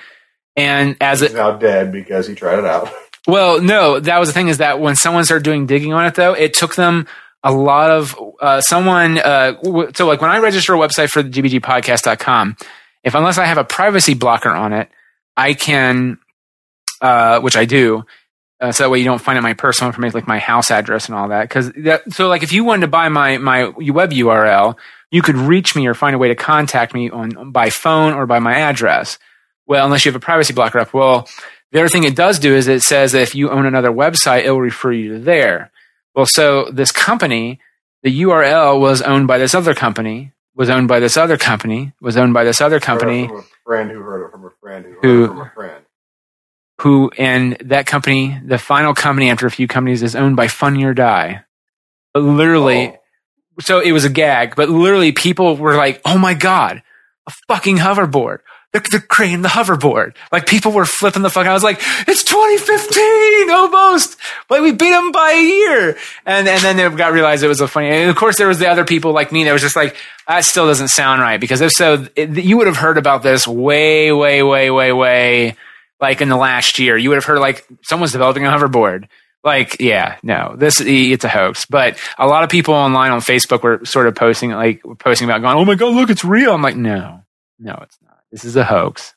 A: and as
F: he's
A: it
F: now dead because he tried it out. (laughs)
A: well, no, that was the thing is that when someone started doing digging on it though, it took them a lot of uh, someone. Uh, w- so like when I register a website for the gbgpodcast.com, if unless I have a privacy blocker on it, I can, uh, which I do. Uh, so that way you don't find out my personal information, like my house address and all that. Cause that, so like if you wanted to buy my, my web URL, you could reach me or find a way to contact me on, by phone or by my address. Well, unless you have a privacy blocker up. Well, the other thing it does do is it says that if you own another website, it will refer you to there. Well, so this company, the URL was owned by this other company, was owned by this other company, was owned by this other company.
F: Heard it from a friend who heard it from a friend who heard
A: Who-
F: it from a friend.
A: who and that company, the final company after a few companies, is owned by Funny or Die. But literally,
F: Oh.
A: so it was a gag. But literally, people were like, "Oh my god, a fucking hoverboard! They're, they're creating the hoverboard!" Like people were flipping the fuck. out. I was like, "It's 2015 almost! Like we beat them by a year!" And and then they got realized it was a funny. And of course, there was the other people like me that was just like, "That still doesn't sound right." Because if so, it, you would have heard about this way, way, way, way, way like in the last year. You would have heard like someone's developing a hoverboard. Like, yeah, no, this it's a hoax. But a lot of people online on Facebook were sort of posting like were posting about going, oh my god, look, it's real. I'm like, no, no, it's not. This is a hoax.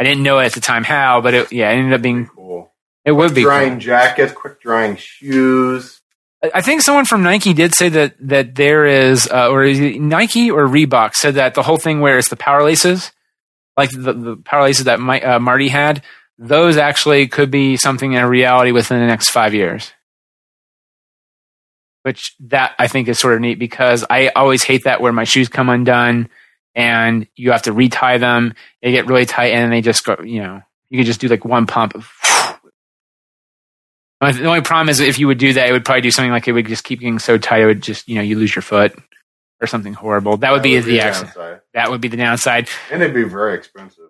A: I didn't know at the time how, but it, yeah, it ended up being
F: Oh, Cool.
A: it would be.
F: drying
A: cool.
F: jackets, quick drying shoes.
A: I- I think someone from Nike did say that that there is, uh, or is it Nike or Reebok said that the whole thing where it's the power laces, like the, the power laces that my, uh, Marty had, those actually could be something in a reality within the next five years. Which that I think is sort of neat because I always hate that where my shoes come undone and you have to retie them. They get really tight and then they just go, you know, you could just do like one pump. (sighs) Uh, The only problem is if you would do that, it would probably do something like it would just keep getting so tight, it would just, you know, you lose your foot or something horrible. That would be the accident.
F: downside.
A: That would be the downside.
F: And it'd be very expensive.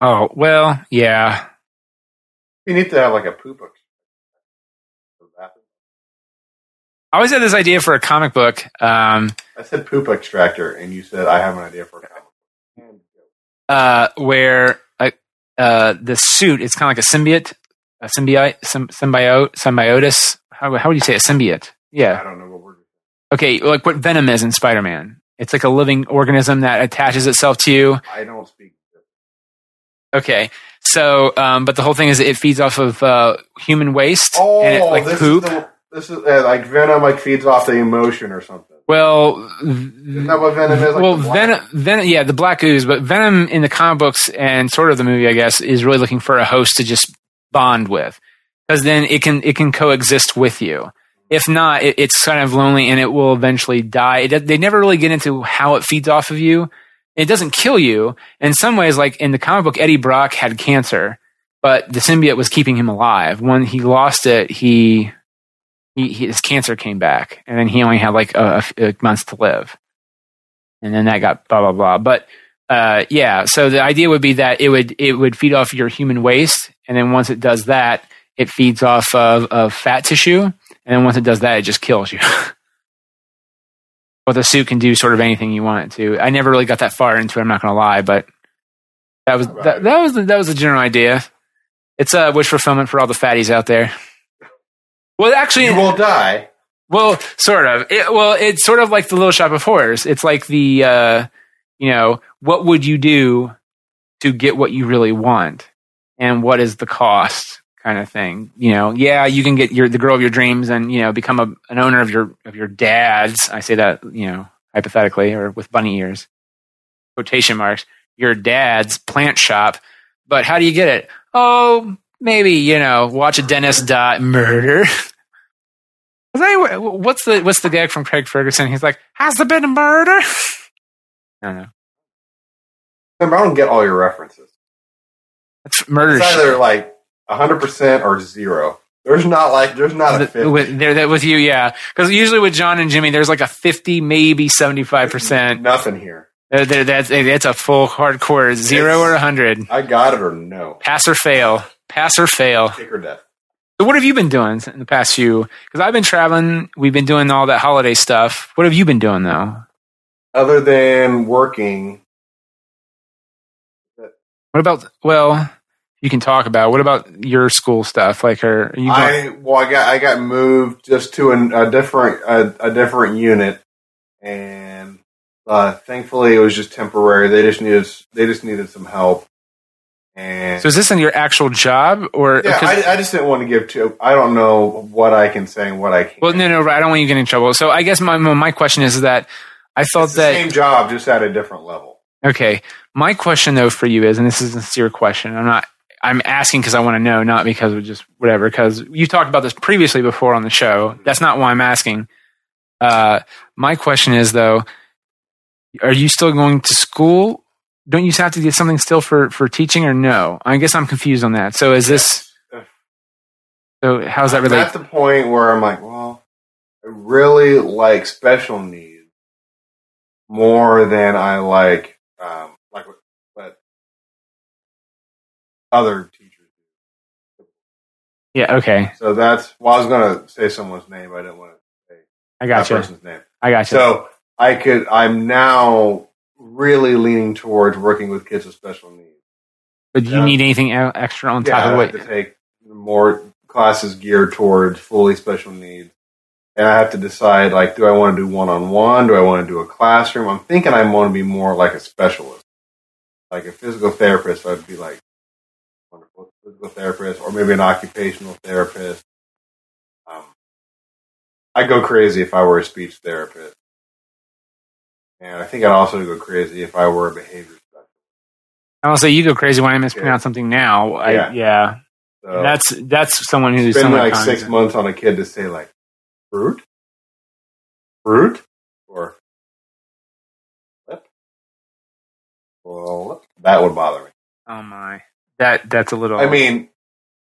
A: Oh, well, yeah.
F: You need to have like a poop. ex-
A: I always had this idea for a comic book. Um,
F: I said poop extractor, and you said I have an idea for a comic.
A: uh, where uh, uh, the suit it's kind of like a symbiote uh, a symbiote, symb- symbiote, symbiotis. How, how would you say a symbiote? Yeah.
F: I don't know what word.
A: Okay, like what Venom is in Spider Man. It's like a living organism that attaches itself to you.
F: I don't speak.
A: Okay, so um, but the whole thing is it feeds off of uh, human waste
F: Oh,
A: and it like
F: this
A: poop.
F: is the, this is uh, like venom. Like feeds off the emotion or something.
A: well,
F: Isn't that what venom is? Like
A: well,
F: the black-
A: Venom, Venom, yeah, the Black Ooze, but Venom in the comic books and sort of the movie, I guess, is really looking for a host to just bond with, because then it can it can coexist with you. If not, it, it's kind of lonely, and it will eventually die. It, do- they never really get into how it feeds off of you. It doesn't kill you. In some ways, like in the comic book, Eddie Brock had cancer, but the symbiote was keeping him alive. When he lost it, he, he he- his cancer came back, and then he only had like a- a f- a months to live and then that got blah blah blah. But uh, yeah, so the idea would be that it would it would feed off your human waste, and then once it does that, it feeds off of, of fat tissue, and then once it does that, it just kills you. (laughs) well, the suit can do sort of anything you want it to. I never really got that far into it. I'm not gonna lie, but that was that, that was the, that was the general idea. It's a wish fulfillment for all the fatties out there. Well, actually,
F: you will die.
A: well, sort of. It, well, it's sort of like the Little Shop of Horrors. It's like the, uh, you know, what would you do to get what you really want, and what is the cost kind of thing. You know, yeah, you can get your the girl of your dreams and you know become a, an owner of your of your dad's. I say that you know hypothetically or with bunny ears, quotation marks. Your dad's plant shop, but how do you get it? Oh, maybe you know, watch a dentist die murder. (laughs) Was anyway, what's the what's the gag from Craig Ferguson? He's like, "Has there been a murder?" (laughs) I don't know.
F: Remember, I don't get all your references.
A: That's murder.
F: It's either like hundred percent or zero. There's not like there's not a
A: shit.
F: fifty.
A: With, there, that with you, yeah. Because usually with John and Jimmy, there's like a fifty, maybe seventy-five percent.
F: Nothing here.
A: That's it's a full hardcore zero or a hundred,
F: I got it or no.
A: pass or fail, pass or fail.
F: Kick or death.
A: So what have you been doing in the past few? Because I've been traveling. We've been doing all that holiday stuff. What have you been doing though?
F: Other than working,
A: What about well? You can talk about what about your school stuff? Like, are, are you? going-
F: I well, I got I got moved just to an, a different a, a different unit, and uh, thankfully it was just temporary. They just needed they just needed some help. And
A: So is this in your actual job or?
F: yeah,
A: because-
F: I, I just didn't want to give too. I don't know what I can say and what I can't.
A: well, no, no, right. I don't want you to get in trouble. So I guess my my my question is that I thought
F: it's the
A: that
F: same job, just at a different level.
A: okay. My question though for you is, and this is a sincere question. I'm not. I'm asking because I want to know, not because of just whatever. Because you talked about this previously before on the show. That's not why I'm asking. Uh, my question is though, are you still going to school? Don't you have to get something still for for teaching or no? I guess I'm confused on that. So is this? So how's that
F: I'm
A: relate?
F: at the point where I'm like, well, I really like special needs more than I like um, like what, what other teachers.
A: Yeah. Okay.
F: So that's well, I was gonna say someone's name, but I didn't want to
A: I
F: that
A: got you.
F: person's name.
A: I got you.
F: So I could. I'm now really leaning towards working with kids with special needs.
A: but do you
F: yeah.
A: need anything e- extra on top
F: yeah,
A: of
F: I
A: what?
F: have to take more classes geared towards fully special needs. And I have to decide, like, do I want to do one on one? Do I want to do a classroom? I'm thinking I want to be more like a specialist, like a physical therapist. I'd be like wonderful physical therapist, or maybe an occupational therapist. Um, I'd go crazy if I were a speech therapist, and I think I'd also go crazy if I were a behavior specialist.
A: Honestly, you go crazy when I mispronounce something now. I, yeah.
F: Yeah. So-
A: That's that's someone who's
F: spend
A: somewhat
F: like
A: conscious.
F: six months on a kid to say like fruit, fruit, or lip, well, lip. that would bother me.
A: Oh my. That that's a little
F: I mean,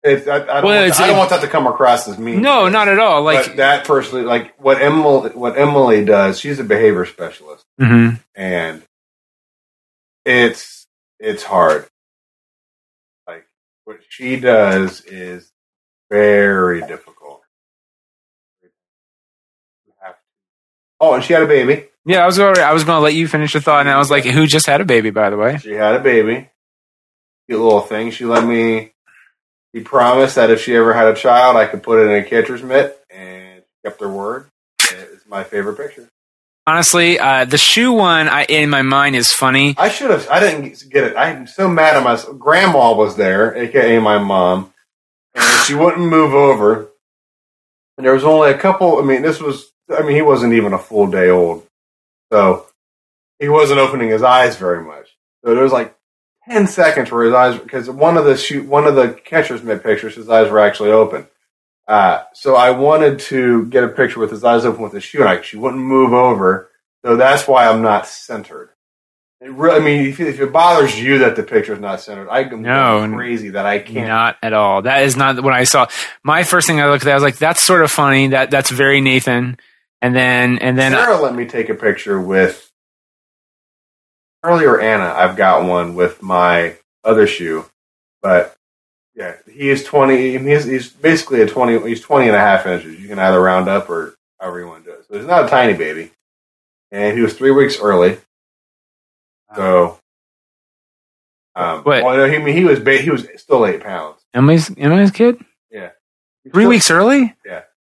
F: it's, I, I, don't
A: Oh. Well,
F: want
A: it's-
F: I don't
A: it-
F: want that to come across as mean.
A: No, not at all. Like
F: but that personally, like what Emily, what Emily does, she's a behavior specialist,
A: Mhm.
F: and it's it's hard. Like what she does is very difficult. You have- Oh, and she had a baby.
A: Yeah, I was gonna I was gonna let you finish your thought and I was like, who just had a baby by the way?
F: She had a baby. Cute little thing. She let me He promised that if she ever had a child, I could put it in a catcher's mitt, and she kept her word. And It's my favorite picture.
A: Honestly, uh, the shoe one I, in my mind is funny.
F: I should have. I didn't get it. I'm so mad at myself. Grandma was there, aka my mom, and she wouldn't move over. And there was only a couple. I mean, this was. I mean, he wasn't even a full day old, so he wasn't opening his eyes very much. So there was like ten seconds where his eyes, because one of the shoot, one of the catchers mid pictures, his eyes were actually open. Uh, so I wanted to get a picture with his eyes open with his shoe, and I, she wouldn't move over. So that's why I'm not centered. It really, I mean, if, if it bothers you that the picture's not centered, I am
A: No.
F: crazy that I can't.
A: Not at all. That is not what I saw. My first thing I looked at, I was like, "That's sort of funny. That that's very Nathan." And then and then uh,
F: Sarah let me take a picture with Charlie or Anna. I've got one with my other shoe, but yeah, he is 20. I mean, He's, he's basically a 20, he's 20 and a half inches. You can either round up or however you want to do it. So he's not a tiny baby. And he was three weeks early. So, um,
A: Wait.
F: well, no, he- I mean, he was, ba- he was still eight pounds.
A: Emily's Emily's kid three
F: Still-
A: weeks early.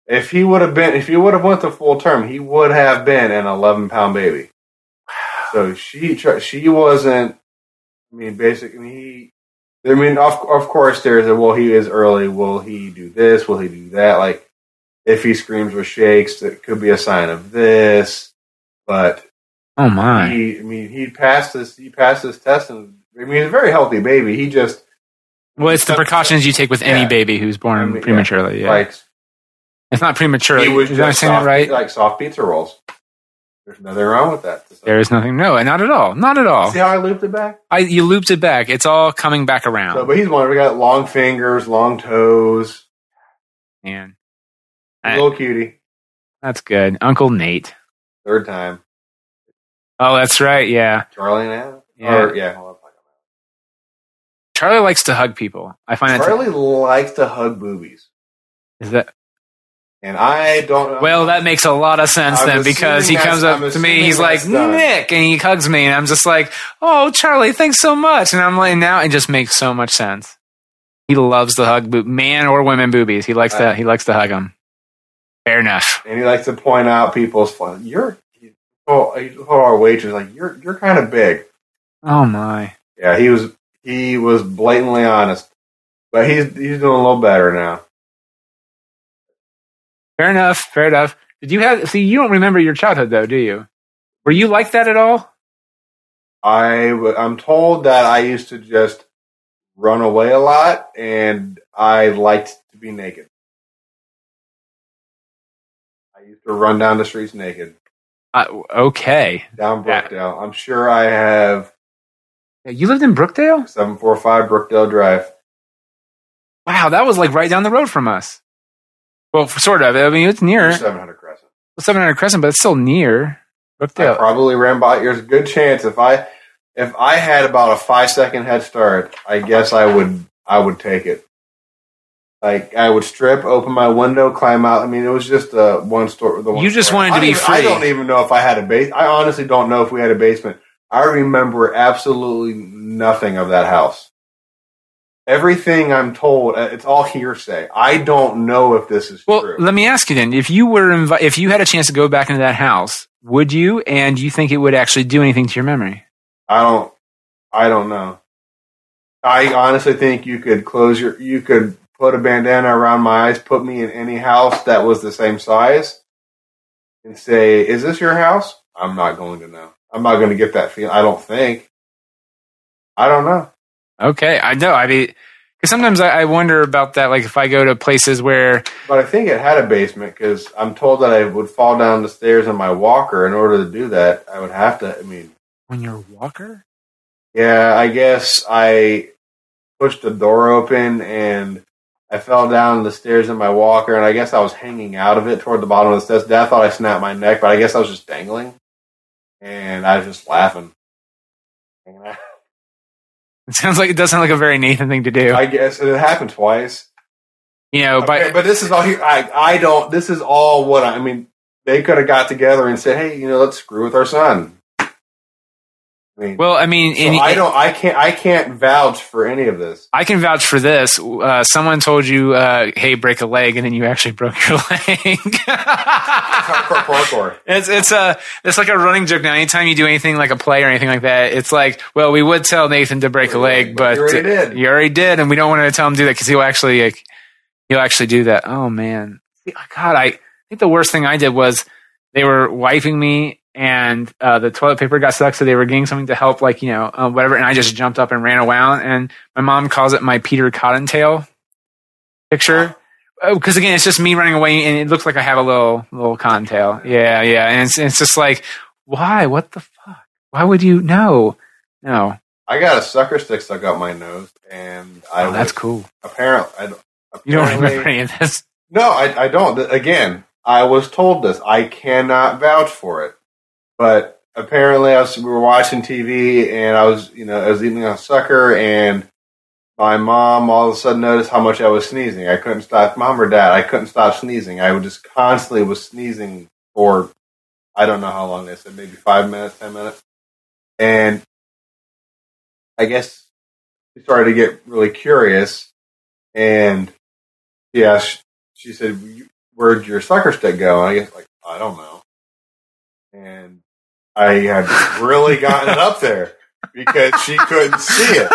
F: If he would have been, if he would have went the full term, he would have been an 11 pound baby. So she, tr- she wasn't. I mean, basically, I mean, he. I mean, of of course, there's a well. He is early. Will he do this? Will he do that? Like, if he screams or shakes, it could be a sign of this. But
A: Oh my!
F: he, I mean, he passed this. He passed this test, and I mean, he's a very healthy baby. He just
A: Well, it's the precautions you take with any
F: Yeah.
A: baby who's born
F: I mean, yeah.
A: prematurely. Yeah,
F: like
A: it's not prematurely.
F: he was
A: Did I
F: just
A: say that
F: soft,
A: right?
F: like soft pizza rolls. There's nothing wrong with that.
A: there is nothing. No, not at all. Not at all.
F: uh, See how I looped it back?
A: I you looped it back. It's all coming back around.
F: So, but he's one. We got long fingers, long toes,
A: Man, I-
F: little cutie.
A: that's good. Uncle Nate.
F: Third time,
A: Oh, that's right. Yeah,
F: Charlie and Anna.
A: Yeah.
F: Or, yeah. hold
A: Charlie likes to hug people. I
F: on.
A: find that
F: Charlie likes to hug boobies,
A: is that
F: and I don't.
A: well, that makes a lot of sense
F: I'm
A: then because he
F: assuming
A: comes
F: that's-
A: up
F: I'm
A: to me.
F: assuming
A: He's like
F: that's done.
A: Nick, and he hugs me, and I'm just like, oh, Charlie, thanks so much. And I'm like, now it just makes so much sense. He loves the hug, boob, man or women boobies. He likes to he likes to hug them. Fair enough.
F: and he likes to point out people's. You're. Oh, he told our waitress like you're you're kind of big.
A: Oh my.
F: Yeah, he was he was blatantly honest, but he's he's doing a little better now.
A: Fair enough. Fair enough. Did you have? See, you don't remember your childhood though, do you? Were you like that at all?
F: I w- I'm told that I used to just run away a lot, and I liked to be naked. I used to run down the streets naked
A: Uh, okay.
F: down
A: Yeah.
F: Brookdale. I'm sure I have
A: You lived in Brookdale?
F: seven four five Brookdale Drive.
A: Wow, that was like right down the road from us. Well, f- sort of. I mean, it's near
F: Seven hundred Crescent.
A: 700 Crescent, but it's still near Uh,
F: I
A: Brookdale.
F: probably ran by. There's a good chance if I if I had about a five second head start, I guess I would I would take it. Like I would strip, open my window, climb out. I mean, it was just uh, one store. The one
A: You just
F: story.
A: wanted to
F: I don't
A: be
F: even-
A: free.
F: I don't even know if I had a base. I honestly don't know if we had a basement. I remember absolutely nothing of that house. Everything I'm told, uh, it's all hearsay. I don't know if this is
A: well,
F: true.
A: let me ask you then if you were invi- if you had a chance to go back into that house, would you? And you think it would actually do anything to your memory?
F: I don't. I don't know. I honestly think you could close your. You could put a bandana around my eyes, put me in any house that was the same size, and say, "Is this your house?" I'm not going to know. I'm not going to get that feel. I don't think. I don't know.
A: Okay, I know. I mean, because sometimes I, I wonder about that. Like if I go to places where
F: But I think it had a basement because I'm told that I would fall down the stairs in my walker. In order to do that, I would have to. I mean,
A: when you're a walker, (laughs)
F: Yeah, I guess I pushed the door open and I fell down the stairs in my walker, and I guess I was hanging out of it toward the bottom of the stairs. I thought I snapped my neck, but I guess I was just dangling, and I was just laughing. Hanging out.
A: it sounds like it does sound like a very Nathan thing to do.
F: I guess and it happened twice.
A: you know, Oh, but
F: Okay, but this is all here. I, I don't. This is all what I, I mean. They could have got together and said, "Hey, you know, let's screw with our son." I mean,
A: Well, I mean,
F: so
A: in-
F: I don't. I can't. I can't vouch for any of
A: (laughs)
F: this.
A: I can vouch for this. Uh, someone told you, uh, "Hey, break a leg," and then you actually broke (laughs) your leg.
F: Parkour, parkour.
A: It's it's a it's like a running joke now. Anytime you do anything like a play or anything like that, it's like, well, we would tell Nathan to break a leg, but
F: But you already did.
A: You already did, and we don't want to tell him to do that because he'll actually like, he'll actually do that. Oh man, God, I think the worst thing I did was they were wiping me, and uh, the toilet paper got stuck, so they were getting something to help, like you know uh, whatever, and I just jumped up and ran around, and my mom calls it my Peter Cottontail picture because again, it's just me running away, and it looks like I have a little little cottontail. Yeah, yeah, and it's it's just like, why? What the fuck? Why would you? No, no.
F: I got a sucker stick stuck up my nose, and I.
A: Oh, that's
F: was-
A: cool.
F: Apparently, I, don't-
A: You don't
F: apparently-
A: remember any of this?
F: No, I, I don't. Th- Again, I was told this. I cannot vouch for it. But apparently, I was, we were watching TV, and I was, you know, I was eating a sucker, and my mom all of a sudden noticed how much I was sneezing. I couldn't stop. Mom or dad, I couldn't stop sneezing. I would just constantly was sneezing for I don't know how long they said, maybe five minutes, ten minutes, and I guess she started to get really curious, and she asked she said, "You- "Where'd your sucker stick go?" And I guess like I don't know. And I had really gotten it up there because she couldn't see it.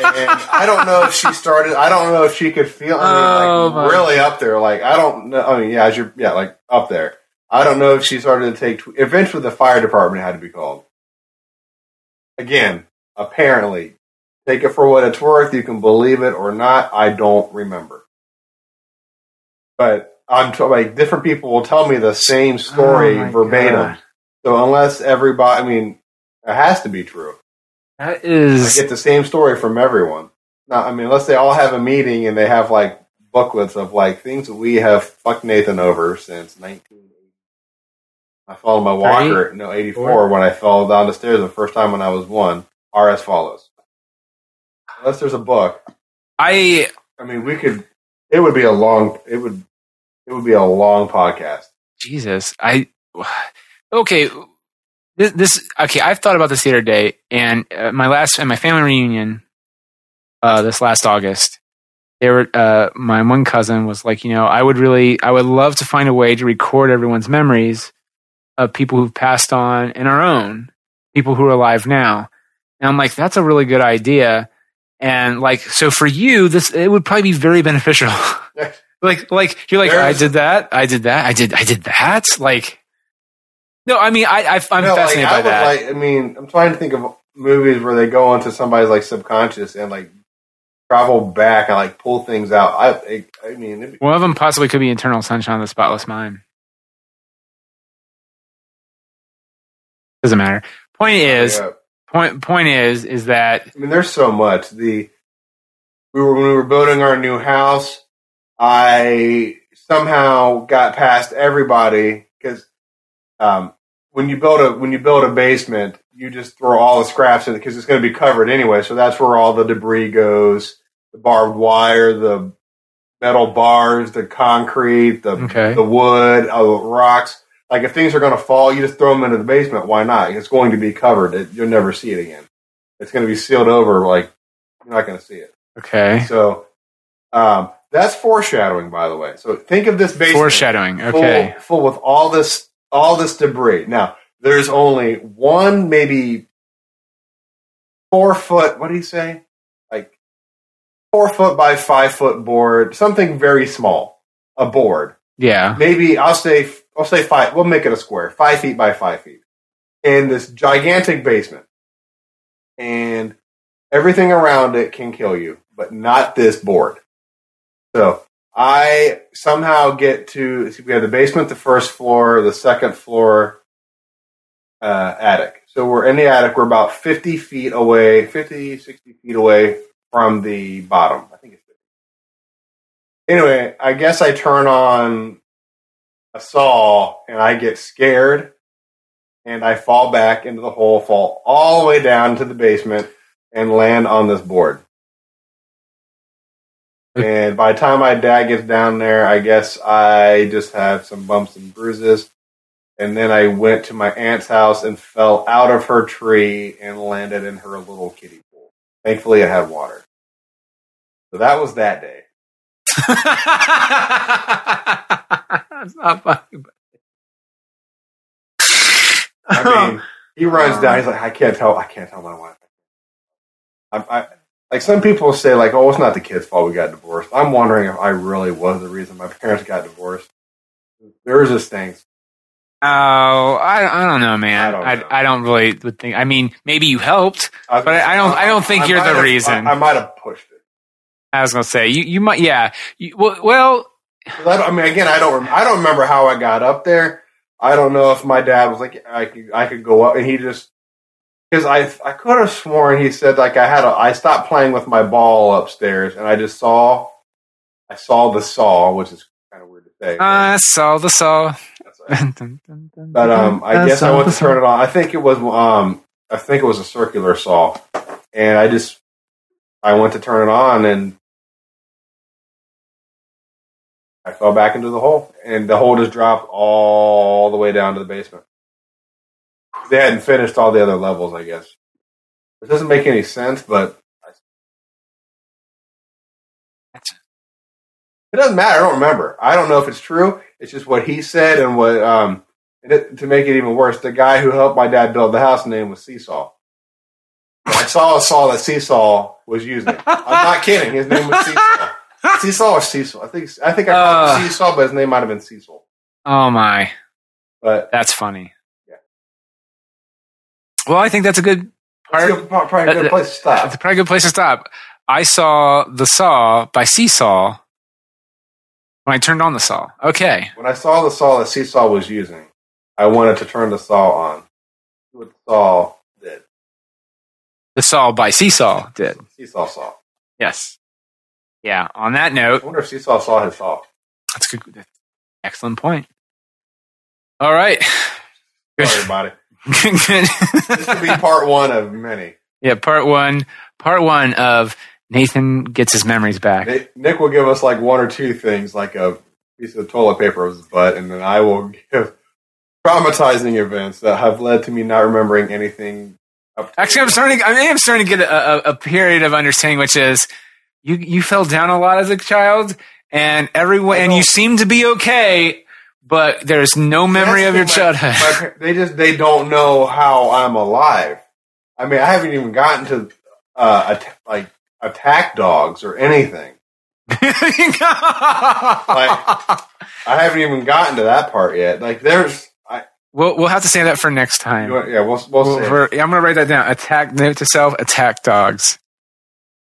F: And I don't know if she started. I don't know if she could feel. I
A: Oh,
F: mean, like
A: my.
F: really up there. Like I don't know. I mean, yeah, as you're, yeah, like up there. I don't know if she started to take. Tw- Eventually, the fire department had to be called. Again, apparently, take it for what it's worth. You can believe it or not. I don't remember but I'm t- like different people will tell me the same story
A: Oh my
F: verbatim.
A: God.
F: So unless everybody, I mean, it has to be true.
A: That
F: I
A: is
F: get the same story from everyone. Now, I mean, unless they all have a meeting and they have like booklets of like things that we have fucked Nathan over since 1980. I fell on my walker, no, 84 when I fell down the stairs the first time when I was one. Are as follows. Unless there's a book,
A: I.
F: I mean, we could. It would be a long. It would. It would be a long podcast.
A: Jesus, I. (sighs) Okay, this, this okay. I've thought about this the other day, and uh, my last and my family reunion, uh, this last August, they were uh, my one cousin was like, you know, I would really, I would love to find a way to record everyone's memories of people who've passed on and our own people who are alive now. And I'm like, that's a really good idea, and like, so for you, this it would probably be very beneficial. (laughs) like, like you're like, I
F: There's-
A: did that, I did that, I did, I did that, like. No, I mean, I, I, I'm
F: No, like,
A: fascinated by
F: I would
A: that.
F: Like, I mean, I'm trying to think of movies where they go into somebody's like subconscious and like travel back and like pull things out. I, I, I mean, it'd be,
A: One of them possibly could be Eternal Sunshine of the Spotless Mind. Doesn't matter. Point is,
F: Oh, yeah.
A: point point is, is that
F: I mean, there's so much. The we were when we were building our new house, I somehow got past everybody because um, when you build a when you build a basement, you just throw all the scraps in because it's going to be covered anyway. So that's where all the debris goes: the barbed wire, the metal bars, the concrete, the
A: Okay.
F: the wood, uh, rocks. Like if things are going to fall, you just throw them into the basement. Why not? It's going to be covered. It, you'll never see it again it's going to be sealed over. Like you're not going to see it.
A: okay,
F: So um, that's foreshadowing, by the way. So think of this basement
A: foreshadowing. Okay,
F: full, full with all this all this debris. Now there's only one, maybe four foot. What do you say? Like four foot by five foot board, something very small, a board
A: (laughs) yeah,
F: maybe I'll say I'll say five. We'll make it a square, five feet by five feet, in this gigantic basement, and everything around it can kill you, but not this board. So I somehow get to see, we have the basement, the first floor, the second floor, uh, attic. So we're in the attic. We're about 50 feet away, 50, 60 feet away from the bottom. I think it's 50. Anyway, I guess I turn on a saw and I get scared and I fall back into the hole, fall all the way down to the basement and land on this board. And by the time my dad gets down there, I guess I just have some bumps and bruises. And then I went to my aunt's house and fell out of her tree and landed in her little kiddie pool. Thankfully, I had water. So that was that day.
A: That's not funny. but- (laughs)
F: I mean, he runs down. He's like, I can't tell. I can't tell my wife. I'm, I like some people say, like, oh, it's not the kid's fault we got divorced. I'm wondering if I really was the reason my parents got divorced. There was this thing.
A: Oh, I, I don't know, man.
F: I don't
A: I
F: know.
A: I don't really would think. I mean, maybe you helped. But
F: was gonna
A: I- I don't- I don't think you're
F: might
A: the
F: have-
A: reason.
F: I, I might have pushed it.
A: I was gonna say you you might yeah. You, well, well,
F: 'Cause I, don't- I mean, again, I don't. Rem- I don't remember how I got up there. I don't know if my dad was like, I could, I could go up, and he just because I, I could have sworn he said like I had, a, I stopped playing with my ball upstairs, and I just saw, I saw the saw, which is kind of weird to say.
A: I saw Uh, the saw. (laughs)
F: But
A: but
F: um, I guess I went to turn it on. I think it was um, I think it was a circular saw, and I just I went to turn it on and I fell back into the hole, and the hole just dropped all the way down to the basement. They hadn't finished all the other levels, I guess. It doesn't make any sense, but it doesn't matter. I don't remember. I don't know if it's true. It's just what he said and what um, and it, to make it even worse, the guy who helped my dad build the house name was Seesaw. I saw a saw that Seesaw was using. I'm
A: (laughs)
F: not kidding. His name was Seesaw. Seesaw or Cecil? I think I think I called him
A: Uh.
F: Seesaw, but his name might have been Cecil.
A: Oh my,
F: But
A: that's funny.
F: Yeah.
A: Well, I think that's a good
F: it's
A: part.
F: good- probably a
A: that-
F: good place to
A: That's
F: stop.
A: probably a good place to stop. I saw the saw by Seesaw when I turned on the saw. Okay.
F: When I saw the saw that Seesaw was using, I wanted to turn the saw on. See What the saw did?
A: The saw by Seesaw did.
F: Seesaw saw.
A: Yes. Yeah. On that
F: I
A: note,
F: wonder if Seesaw saw his saw.
A: that's a good. That's an excellent point. All right. (laughs) Good.
F: Sorry, everybody.
A: Good. (laughs)
F: This could be part one of many.
A: yeah. Part one. Part one of Nathan gets his memories back.
F: Nick Nick will give us like one or two things, like a piece of toilet paper of his butt, and then I will give traumatizing events that have led to me not remembering anything. Up to
A: Actually, I'm starting. I am starting to get a, a, a period of understanding, which is you you fell down a lot as a child, and everyone and you seem to be okay, but there's no memory
F: That's
A: of your
F: the thing, my-
A: childhood.
F: my par- they just they don't know how I'm alive. I mean, I haven't even gotten to uh, at- like attack dogs or anything.
A: (laughs)
F: I haven't even gotten to that part yet. Like, there's, I,
A: we'll we'll have to say that for next time.
F: you want- yeah, we'll, we'll,
A: We'll-
F: see.
A: for- yeah, I'm gonna write that down. Attack note to self: attack dogs,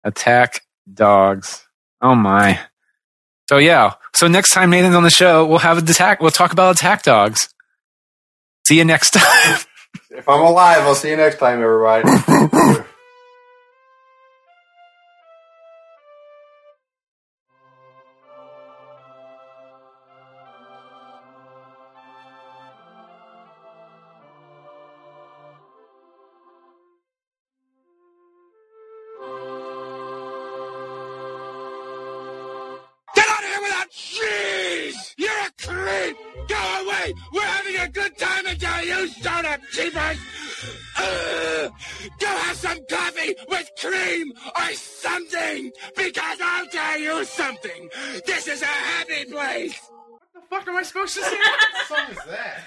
A: attack dogs. Oh my! So yeah. So next time Nathan's on the show, we'll have a attack. We'll talk about attack dogs. See you next (laughs) time.
F: If I'm alive, I'll see you next time, everybody.
A: (laughs)
E: Get out of here with that! Jeez! You're a creep! Go away! We're having a good time until you start up, cheapers! (sighs) Ugh! Go have some coffee with cream or something! Because I'll tell you something! This is a happy place!
F: song is that?